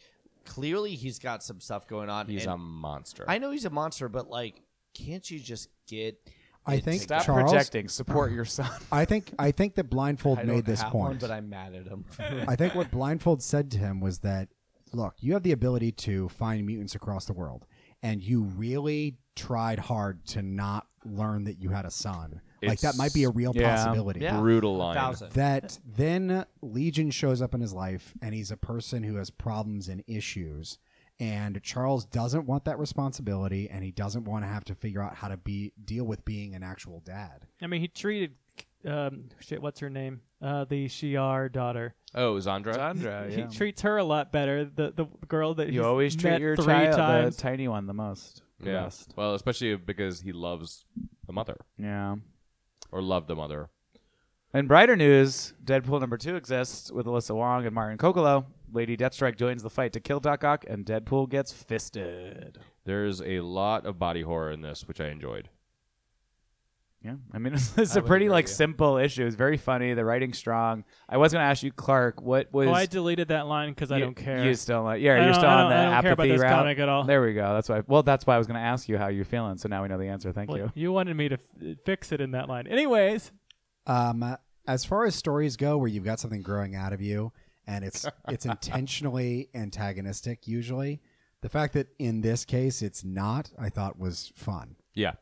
Speaker 1: clearly he's got some stuff going on.
Speaker 2: He's
Speaker 1: and
Speaker 2: a monster.
Speaker 1: I know he's a monster, but like, can't you just get?
Speaker 6: I
Speaker 1: it
Speaker 6: think
Speaker 1: together?
Speaker 5: Stop
Speaker 6: Charles-
Speaker 5: projecting. Support your son.
Speaker 6: I think I think that blindfold
Speaker 1: I
Speaker 6: made
Speaker 1: don't
Speaker 6: this
Speaker 1: have
Speaker 6: point.
Speaker 1: one, but I'm mad at him.
Speaker 6: I think what Blindfold said to him was that, look, you have the ability to find mutants across the world, and you really tried hard to not learn that you had a son. like that
Speaker 2: It's-
Speaker 6: might be a real
Speaker 5: yeah.
Speaker 6: possibility.
Speaker 1: Yeah.
Speaker 2: Brutal line.
Speaker 1: Thousand.
Speaker 6: That then Legion shows up in his life, and he's a person who has problems and issues. And Charles doesn't want that responsibility, and he doesn't want to have to figure out how to be deal with being an actual dad.
Speaker 4: I mean, he treated um, shit. What's her name? Uh, the Shiar daughter.
Speaker 2: Oh, Zandra.
Speaker 5: Sandra,
Speaker 4: He treats her a lot better. The the girl that
Speaker 5: you
Speaker 4: he's
Speaker 5: always treat
Speaker 4: met
Speaker 5: your
Speaker 4: three
Speaker 5: child,
Speaker 4: times.
Speaker 5: the tiny one, the most. The
Speaker 2: Yeah.
Speaker 5: best.
Speaker 2: Well, especially because he loves the mother
Speaker 5: Yeah.
Speaker 2: or loved the mother.
Speaker 5: In brighter news, Deadpool number two exists with Alyssa Wong and Martin Kokolo. Lady Deathstrike joins the fight to kill Doc Ock, and Deadpool gets fisted.
Speaker 2: There's a lot of body horror in this, which I enjoyed.
Speaker 5: Yeah, I mean it's, it's a
Speaker 2: would
Speaker 5: pretty
Speaker 2: agree,
Speaker 5: like
Speaker 2: yeah.
Speaker 5: simple issue. It's very funny. The writing's strong. I was gonna ask you, Clark, what was?
Speaker 4: oh, I deleted that line because I
Speaker 5: you-
Speaker 4: don't care.
Speaker 5: You still like?
Speaker 4: I
Speaker 5: Yeah, you're
Speaker 4: don't-
Speaker 5: still
Speaker 4: I
Speaker 5: on
Speaker 4: don't-
Speaker 5: the
Speaker 4: I don't
Speaker 5: apathy
Speaker 4: care about this
Speaker 5: route.
Speaker 4: comic at all.
Speaker 5: There we go. That's why. Well, that's why I was gonna ask you how you're feeling. So now we know the answer. Thank
Speaker 4: Well,
Speaker 5: you.
Speaker 4: wanted me to f- fix it in that line. Anyways,
Speaker 6: Um, as far as stories go, where you've got something growing out of you, and it's it's intentionally antagonistic. Usually, the fact that in this case it's not, I thought was fun.
Speaker 2: Yeah.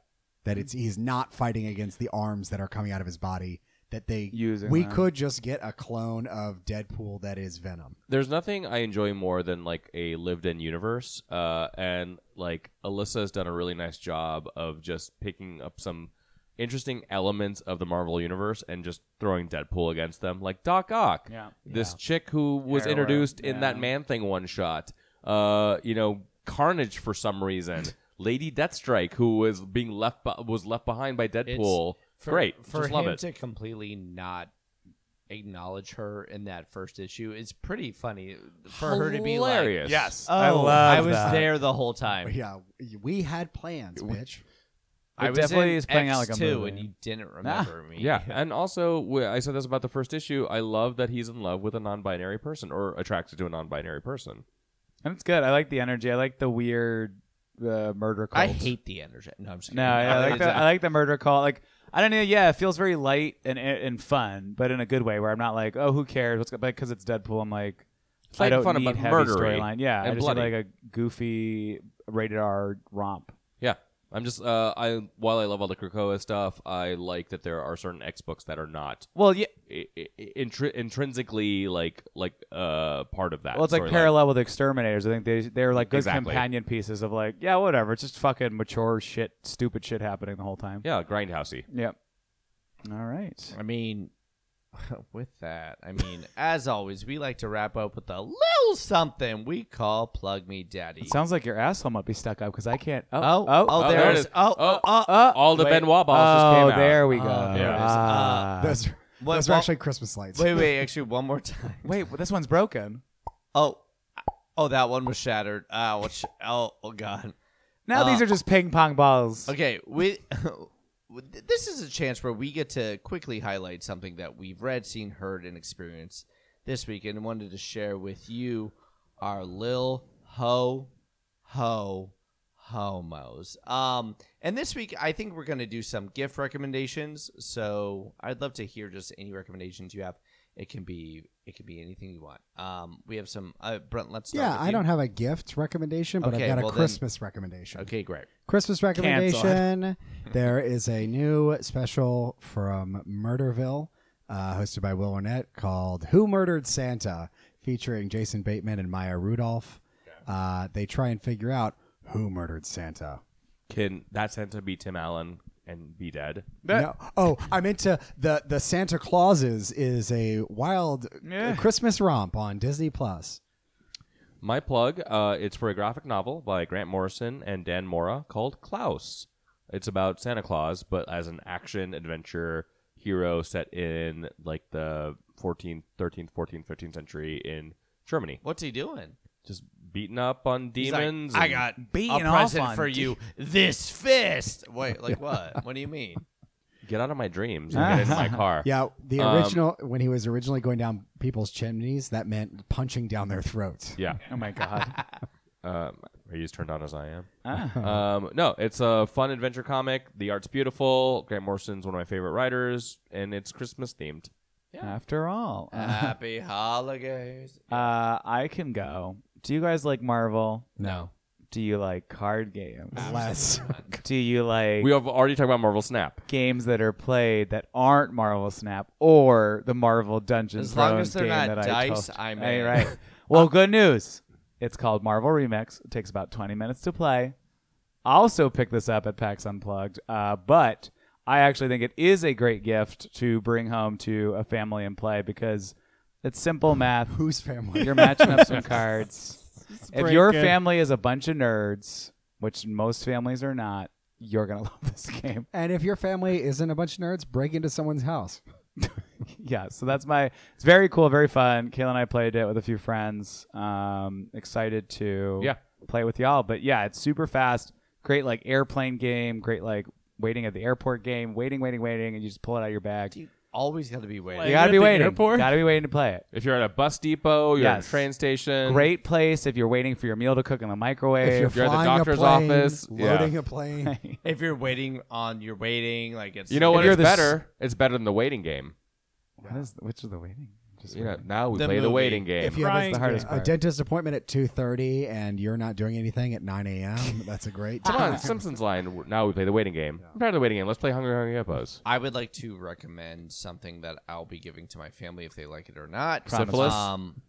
Speaker 6: That it's he's not fighting against the arms that are coming out of his body. That they
Speaker 5: Using
Speaker 6: we
Speaker 5: them.
Speaker 6: could just get a clone of Deadpool that is Venom.
Speaker 2: There's nothing I enjoy more than like a lived-in universe, uh, and like Alyssa has done a really nice job of just picking up some interesting elements of the Marvel universe and just throwing Deadpool against them, like Doc Ock,
Speaker 5: Yeah.
Speaker 2: this chick who was
Speaker 5: Arrow,
Speaker 2: introduced in
Speaker 5: yeah.
Speaker 2: that Man Thing one shot, uh, you know, Carnage for some reason, Lady Deathstrike who was being left be- was left behind by Deadpool.
Speaker 1: For-
Speaker 2: Great,
Speaker 1: for
Speaker 2: just
Speaker 1: him
Speaker 2: love it.
Speaker 1: to completely not acknowledge her in that first issue is pretty funny. For her to be like,
Speaker 2: Hilarious.
Speaker 5: Yes,
Speaker 1: oh,
Speaker 5: I love.
Speaker 1: I was
Speaker 5: that.
Speaker 1: there the whole time.
Speaker 6: But yeah, we had plans, bitch.
Speaker 1: I
Speaker 5: It
Speaker 1: was
Speaker 5: definitely
Speaker 1: in
Speaker 5: is playing out like a
Speaker 1: X2
Speaker 5: movie.
Speaker 1: and you didn't remember me.
Speaker 2: Yeah, and also wh- I said this about the first issue. I love that he's in love with a non-binary person or attracted to a non-binary person.
Speaker 5: And it's good. I like the energy. I like the weird uh, murder cult.
Speaker 1: I hate the energy. No, I'm just
Speaker 5: No,
Speaker 1: kidding.
Speaker 5: yeah, I like the I like the murder call. Like I don't know. Yeah, it feels very light and and fun, but in a good way. Where I'm not like, oh, who cares? What's because it's Deadpool. I'm like,
Speaker 2: It's
Speaker 5: I
Speaker 2: like
Speaker 5: don't
Speaker 2: fun,
Speaker 5: need
Speaker 2: but
Speaker 5: heavy
Speaker 2: murdery
Speaker 5: storyline. Yeah, I
Speaker 2: and
Speaker 5: just need,
Speaker 2: bloody.
Speaker 5: like a goofy rated R romp.
Speaker 2: Yeah, I'm just uh, I while I love all the Krakoa stuff, I like that there are certain X books that are not
Speaker 5: Well, yeah.
Speaker 2: I- I- intri- intrinsically like like uh part of that.
Speaker 5: Well, it's like
Speaker 2: storyline.
Speaker 5: parallel with Exterminators. I think they they're like good
Speaker 2: Exactly.
Speaker 5: companion pieces of like, yeah, whatever. It's just fucking mature shit, stupid shit happening the whole time.
Speaker 2: Yeah, grindhousey.
Speaker 5: Yep. All right.
Speaker 1: I mean, with that, I mean, as always, we like to wrap up with a little something we call "Plug Me Daddy."
Speaker 5: It sounds like your asshole might be stuck up because I can't. Oh,
Speaker 1: oh,
Speaker 5: oh,
Speaker 1: oh,
Speaker 2: oh,
Speaker 1: there
Speaker 2: there
Speaker 1: it
Speaker 2: it
Speaker 1: is.
Speaker 2: is.
Speaker 1: Oh,
Speaker 2: Oh,
Speaker 1: oh, oh.
Speaker 2: all the
Speaker 5: Wait.
Speaker 2: Benoit balls just came
Speaker 5: Oh,
Speaker 2: out.
Speaker 5: there we go.
Speaker 1: Oh,
Speaker 2: there it is.
Speaker 5: Ah.
Speaker 6: Those
Speaker 1: What-
Speaker 6: those are
Speaker 1: what-
Speaker 6: actually Christmas lights.
Speaker 1: Wait, wait, actually, one more time.
Speaker 5: Wait, well, this one's broken.
Speaker 1: Oh, oh, that one was shattered. Ah, Oh, what sh- oh, oh, god.
Speaker 5: Now
Speaker 1: Uh,
Speaker 5: these are just ping pong balls.
Speaker 1: Okay, we w- th- this is a chance where we get to quickly highlight something that we've read, seen, heard, and experienced this week, and wanted to share with you our Lil Ho Ho Homos. Um, and this week, I think we're going to do some gift recommendations. So I'd love to hear just any recommendations you have. It can be it can be anything you want. Um, we have some. Uh, Brent, let's start.
Speaker 6: Yeah,
Speaker 1: with
Speaker 6: I
Speaker 1: you.
Speaker 6: don't have a gift recommendation, but
Speaker 1: Okay,
Speaker 6: I've got a
Speaker 1: well then-
Speaker 6: Christmas recommendation.
Speaker 1: Okay, great.
Speaker 6: Christmas recommendation. there is a new special from Murderville, uh, hosted by Will Arnett, called "Who Murdered Santa," featuring Jason Bateman and Maya Rudolph. Uh, they try and figure out who murdered Santa.
Speaker 2: Can that Santa be Tim Allen and be dead?
Speaker 6: No. Oh, I'm into the the Santa Clauses is a wild uh,
Speaker 5: Yeah.
Speaker 6: Christmas romp on Disney Plus.
Speaker 2: My plug, uh, it's for a graphic novel by Grant Morrison and Dan Mora called Klaus. It's about Santa Claus, but as an action adventure hero set in like the 14th, 13th, 14th, 15th century in Germany.
Speaker 1: What's he doing?
Speaker 2: Just beaten up on
Speaker 1: He's like,
Speaker 2: demons.
Speaker 1: I
Speaker 2: and-
Speaker 1: got
Speaker 5: Beating
Speaker 1: a
Speaker 5: off
Speaker 1: present
Speaker 5: on
Speaker 1: for
Speaker 5: de-
Speaker 1: you. This fist. Wait, like what? what do you mean?
Speaker 2: Get out of my dreams and get in my car.
Speaker 6: Yeah, the
Speaker 2: Um,
Speaker 6: original when he was originally going down people's chimneys, that meant punching down their throats.
Speaker 2: Yeah.
Speaker 5: Oh my god.
Speaker 2: Um, are you as turned on as I am?
Speaker 5: Ah.
Speaker 2: Um, no, it's a fun adventure comic. The art's beautiful. Grant Morrison's one of my favorite writers, and it's Christmas themed.
Speaker 5: After all, uh,
Speaker 1: Happy holidays.
Speaker 5: uh, I can go. Do you guys like Marvel?
Speaker 6: No.
Speaker 5: Do you like card games?
Speaker 6: Less.
Speaker 5: Do you like
Speaker 2: We have already talked about Marvel Snap.
Speaker 5: games that are played that aren't Marvel Snap or the Marvel Dungeons
Speaker 1: As long as
Speaker 5: Thrones
Speaker 1: they're not
Speaker 5: game that I
Speaker 1: dice,
Speaker 5: told-
Speaker 1: I'm
Speaker 5: Hey,
Speaker 1: in.
Speaker 5: right. Well, good news. It's called Marvel Remix. It takes about 20 minutes to play. I also picked this up at PAX Unplugged, uh, but I actually think it is a great gift to bring home to a family and play because it's simple math.
Speaker 6: Whose family?
Speaker 5: You're matching up some cards. if
Speaker 4: pretty
Speaker 5: your
Speaker 4: good.
Speaker 5: family is a bunch of nerds, which most families are not, you're going to love this game.
Speaker 6: And if your family isn't a bunch of nerds, break into someone's house.
Speaker 5: yeah so that's my it's very cool very fun kayla and i played it with a few friends um excited to
Speaker 2: Yeah.
Speaker 5: play with y'all but yeah it's super fast great like airplane game great like waiting at the airport game waiting waiting waiting and you just pull it out of your bag you
Speaker 1: You always got to be waiting.
Speaker 4: Like-
Speaker 5: gotta
Speaker 4: at
Speaker 5: be
Speaker 4: the
Speaker 5: waiting
Speaker 4: airport?
Speaker 5: gotta be waiting to play it
Speaker 2: If you're at a bus depot, you're at
Speaker 5: Yes.
Speaker 2: a train station.
Speaker 5: great place if you're waiting for your meal to cook in the
Speaker 6: If you're,
Speaker 5: microwave
Speaker 2: Mm-hmm. you're at the
Speaker 6: flying a
Speaker 2: doctor's
Speaker 6: plane,
Speaker 2: office, yeah.
Speaker 6: loading a plane.
Speaker 1: If you're waiting on, you're waiting. Like it's.
Speaker 2: You know what?
Speaker 5: you're
Speaker 2: It's
Speaker 5: the s-
Speaker 2: better. It's better than the waiting game.
Speaker 5: What is- which is the waiting just
Speaker 2: You know, now we
Speaker 1: The
Speaker 2: play the
Speaker 1: movie.
Speaker 2: waiting game.
Speaker 6: if you have
Speaker 4: Crying
Speaker 6: a,
Speaker 5: the hardest
Speaker 6: a
Speaker 5: part.
Speaker 6: dentist appointment at two thirty and you're not doing anything at nine a.m., that's a great
Speaker 2: Come
Speaker 6: time.
Speaker 2: on, Simpsons line. Now we play the waiting game. I'm tired of the waiting game. Let's play Hungry Hungry Hippos.
Speaker 1: I would like to recommend something that I'll be giving to my family if they like it or not.
Speaker 2: Syphilis?
Speaker 1: Um,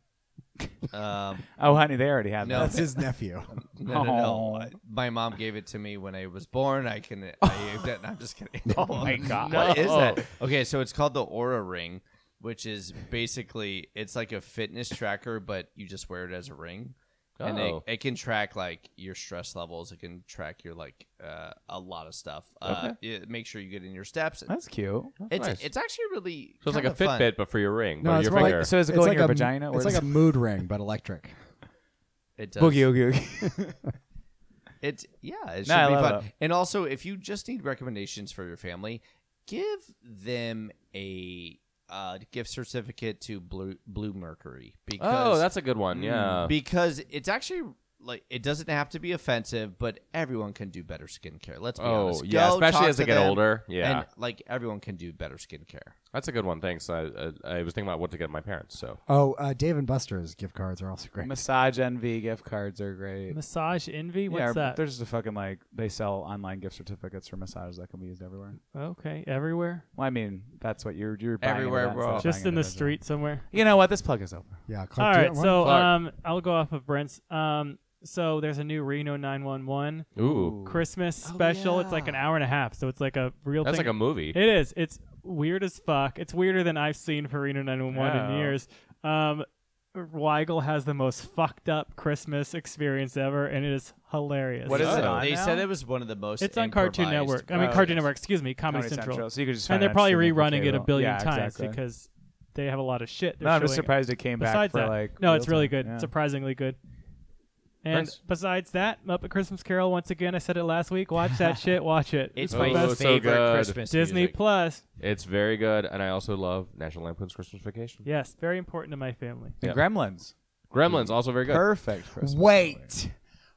Speaker 1: um,
Speaker 5: oh honey they already have
Speaker 1: No.
Speaker 5: that
Speaker 6: That's his nephew.
Speaker 1: no, no, no.
Speaker 2: Oh.
Speaker 5: Aw.
Speaker 1: My mom gave it to me when I was born. I can. I, I'm just kidding. Oh my
Speaker 5: God.
Speaker 1: What is that? Okay, so it's called the Aura Ring, which is basically it's like a fitness tracker, but you just wear it as a ring, and it,
Speaker 2: Oh.
Speaker 1: it can track like your stress levels. It can track your like uh, a lot of stuff. Uh, it, make sure you get in your steps.
Speaker 5: that's cute
Speaker 1: It's
Speaker 2: nice.
Speaker 1: it's actually really
Speaker 2: So it's like a
Speaker 1: kinda fun.
Speaker 2: Fitbit, but for your ring,
Speaker 6: No,
Speaker 2: but
Speaker 6: it's
Speaker 2: your
Speaker 6: more like-
Speaker 2: finger.
Speaker 5: so is it
Speaker 6: it's
Speaker 5: going
Speaker 6: like
Speaker 5: in your
Speaker 6: a,
Speaker 5: vagina or
Speaker 6: It's
Speaker 5: does-
Speaker 6: like a mood ring, but electric.
Speaker 1: It does.
Speaker 5: boogie oogie oogie
Speaker 1: It's yeah, it should
Speaker 5: No, I
Speaker 1: be
Speaker 5: love
Speaker 1: fun.
Speaker 5: that.
Speaker 1: And also, if you just need recommendations for your family, give them a uh, gift certificate to Blue Blue Mercury because Mm.
Speaker 2: oh, that's a good one. Yeah.
Speaker 1: because it's actually like it doesn't have to be offensive, but everyone can do better skincare. Let's be
Speaker 2: Oh,
Speaker 1: honest.
Speaker 2: yeah,
Speaker 1: Go
Speaker 2: especially
Speaker 1: talk
Speaker 2: as they
Speaker 1: to
Speaker 2: get
Speaker 1: them,
Speaker 2: older. Yeah.
Speaker 1: and like everyone can do better skincare.
Speaker 2: That's a good one. Thanks. I, I, I was thinking about what to get my parents. So
Speaker 6: Oh, uh, Dave and Buster's gift cards are also great.
Speaker 5: massage envy gift cards are great
Speaker 4: Massage envy. What's
Speaker 5: yeah,
Speaker 4: that?
Speaker 5: they're just a fucking like they sell online gift certificates for massages that can be used everywhere.
Speaker 4: Okay, everywhere.
Speaker 5: Well, I mean, that's what you're you're buying
Speaker 1: Everywhere,
Speaker 5: into that instead of
Speaker 1: bro.
Speaker 4: Just
Speaker 5: buying
Speaker 4: in the
Speaker 5: into that.
Speaker 4: street somewhere.
Speaker 5: You know what? This plug is over.
Speaker 6: Yeah. Clark,
Speaker 4: All
Speaker 6: do you
Speaker 4: right,
Speaker 6: want one?
Speaker 4: so
Speaker 2: Clark.
Speaker 4: um, I'll go off of Brent's. Um, so there's a new Reno 911
Speaker 2: ooh,
Speaker 4: Christmas
Speaker 5: Oh,
Speaker 4: special. It's like an hour and a half, so it's like a real.
Speaker 2: that's
Speaker 4: thing.
Speaker 2: like a movie.
Speaker 4: It is. It's weird as fuck. It's weirder than I've seen for Reno 911
Speaker 2: Oh.
Speaker 4: in years. Um, Weigel has the most fucked up Christmas experience ever, and it is hilarious.
Speaker 5: What is it
Speaker 2: Oh.
Speaker 5: on
Speaker 1: They
Speaker 5: now?
Speaker 1: said it was one of the most.
Speaker 4: It's on Cartoon
Speaker 1: improvised-
Speaker 4: Network. I mean,
Speaker 5: Oh,
Speaker 4: Cartoon
Speaker 5: yes.
Speaker 4: Network. Excuse me, Comedy,
Speaker 5: Comedy Central. So you could just find
Speaker 4: And they're
Speaker 5: that
Speaker 4: probably
Speaker 5: streaming on
Speaker 4: rerunning it a
Speaker 5: cable.
Speaker 4: billion
Speaker 5: Yeah,
Speaker 4: times
Speaker 5: exactly.
Speaker 4: because they have a lot of shit.
Speaker 5: no, I'm just
Speaker 4: showing.
Speaker 5: surprised it came back
Speaker 4: Besides
Speaker 5: for
Speaker 4: that,
Speaker 5: like.
Speaker 4: no, it's really
Speaker 5: real-time.
Speaker 4: good.
Speaker 5: Yeah.
Speaker 4: Surprisingly good. And
Speaker 2: Nice.
Speaker 4: besides that, Muppet Christmas Carol, once again, I said it last week. Watch that shit. Watch it.
Speaker 1: It's
Speaker 2: Oh,
Speaker 1: my
Speaker 4: the best
Speaker 2: so
Speaker 1: favorite
Speaker 2: good.
Speaker 1: Christmas
Speaker 4: Disney
Speaker 1: music.
Speaker 4: Plus.
Speaker 2: It's very good, and I also love National Lampoon's Christmas Vacation.
Speaker 4: Yes, very important to my family.
Speaker 5: And
Speaker 2: Yeah.
Speaker 5: Gremlins.
Speaker 2: Gremlins also very good.
Speaker 5: Perfect Christmas.
Speaker 6: Wait.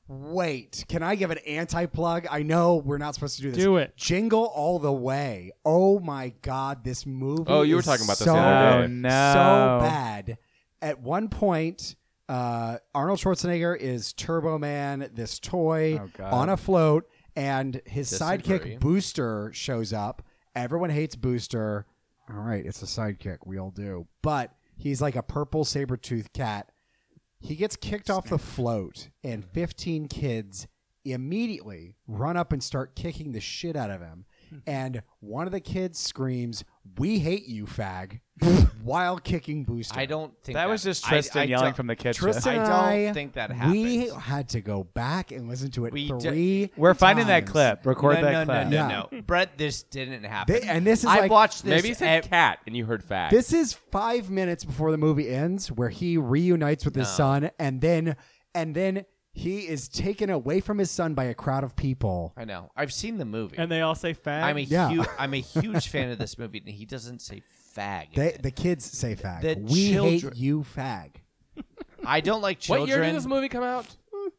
Speaker 6: Wait. Can I give an anti plug? I know we're not supposed to do this.
Speaker 4: Do it.
Speaker 6: Jingle all the way. Oh my god, this movie.
Speaker 2: Oh, you were
Speaker 6: is
Speaker 2: talking about this
Speaker 6: so
Speaker 2: the other
Speaker 5: Oh,
Speaker 2: day.
Speaker 5: no.
Speaker 6: so bad. At one point, uh, Arnold Schwarzenegger is Turbo Man, this toy
Speaker 5: Oh, God.
Speaker 6: on a float, and his
Speaker 1: Disagree.
Speaker 6: sidekick Booster shows up. Everyone hates Booster. All right, it's a sidekick. We all do. But he's like a purple saber toothed cat. He gets kicked off the float, and 15 kids immediately run up and start kicking the shit out of him. And one of the kids screams, We hate you, fag, while kicking Booster.
Speaker 1: I don't think
Speaker 5: That was just
Speaker 1: I-
Speaker 5: Tristan
Speaker 1: I
Speaker 5: yelling
Speaker 1: don't-
Speaker 5: from the kitchen.
Speaker 6: Tristan
Speaker 1: I
Speaker 6: and
Speaker 1: don't think that
Speaker 6: We
Speaker 1: happens.
Speaker 6: had to go back and listen to it
Speaker 1: We did-
Speaker 6: three.
Speaker 5: We're finding that
Speaker 6: times.
Speaker 5: clip. Record
Speaker 1: no,
Speaker 5: that
Speaker 1: no,
Speaker 5: clip.
Speaker 1: No, no,
Speaker 6: Yeah.
Speaker 1: no. Brett, this didn't happen.
Speaker 6: They- and this is
Speaker 1: I
Speaker 6: like-
Speaker 1: watched this.
Speaker 2: Maybe he said
Speaker 1: ev-
Speaker 2: cat, and you heard fag.
Speaker 6: This is five minutes before the movie ends, where he reunites with his son, and then and then he is taken away from his son by a crowd of people.
Speaker 1: I know. I've seen the movie.
Speaker 4: And they all say fag.
Speaker 1: I'm a
Speaker 6: Yeah.
Speaker 1: huge I'm a huge fan of this movie, and he doesn't say fag. in
Speaker 6: They,
Speaker 1: it.
Speaker 6: the kids say fag.
Speaker 1: The
Speaker 6: we
Speaker 1: children-
Speaker 6: hate you, fag.
Speaker 1: I don't like
Speaker 2: what
Speaker 1: children.
Speaker 2: year did this movie come out?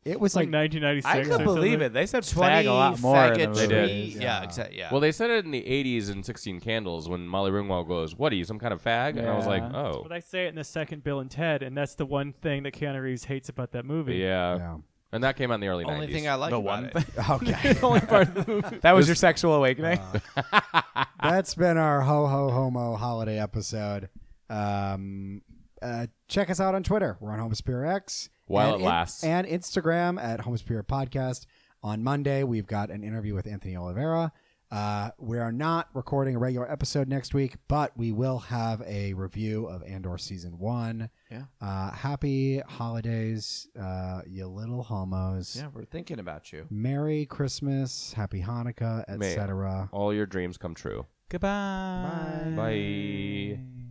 Speaker 6: It was
Speaker 4: like
Speaker 6: like
Speaker 4: 1996.
Speaker 5: I
Speaker 4: or
Speaker 5: could
Speaker 4: something.
Speaker 5: believe it. They said
Speaker 1: 20
Speaker 5: fag a lot more. in the
Speaker 2: They
Speaker 5: movie.
Speaker 2: did.
Speaker 1: fagotry. Yeah, exactly. Yeah.
Speaker 2: Well, they said it in the 80s in 16 Candles when Molly Ringwald goes, What are you, some kind of fag? And I was like,
Speaker 5: Yeah.
Speaker 2: Oh.
Speaker 4: But they say it in the second Bill and Ted, and that's the one thing that Keanu Reeves hates about that movie.
Speaker 2: Yeah.
Speaker 6: Yeah.
Speaker 2: And that came out in the early
Speaker 1: the only
Speaker 2: 90s.
Speaker 1: thing I like
Speaker 5: The
Speaker 1: about
Speaker 5: one
Speaker 1: it.
Speaker 5: thing.
Speaker 6: okay.
Speaker 5: That was your sexual awakening.
Speaker 4: Uh,
Speaker 6: That's been our ho ho homo holiday episode. Um, uh, check us out on Twitter. We're on Homosphere X.
Speaker 2: While
Speaker 6: and
Speaker 2: it lasts.
Speaker 6: and Instagram at Homosphere Podcast. On Monday, we've got an interview with Anthony Oliveira. Uh, we are not recording a regular episode next week, but we will have a review of Andor season one.
Speaker 1: Yeah.
Speaker 6: Uh, happy holidays, uh, you little homos.
Speaker 1: Yeah, we're thinking about you.
Speaker 6: Merry Christmas, Happy Hanukkah,
Speaker 2: May-
Speaker 6: etc.
Speaker 2: All your dreams come true.
Speaker 1: Mm.
Speaker 5: Goodbye.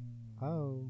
Speaker 2: Bye.
Speaker 6: Oh.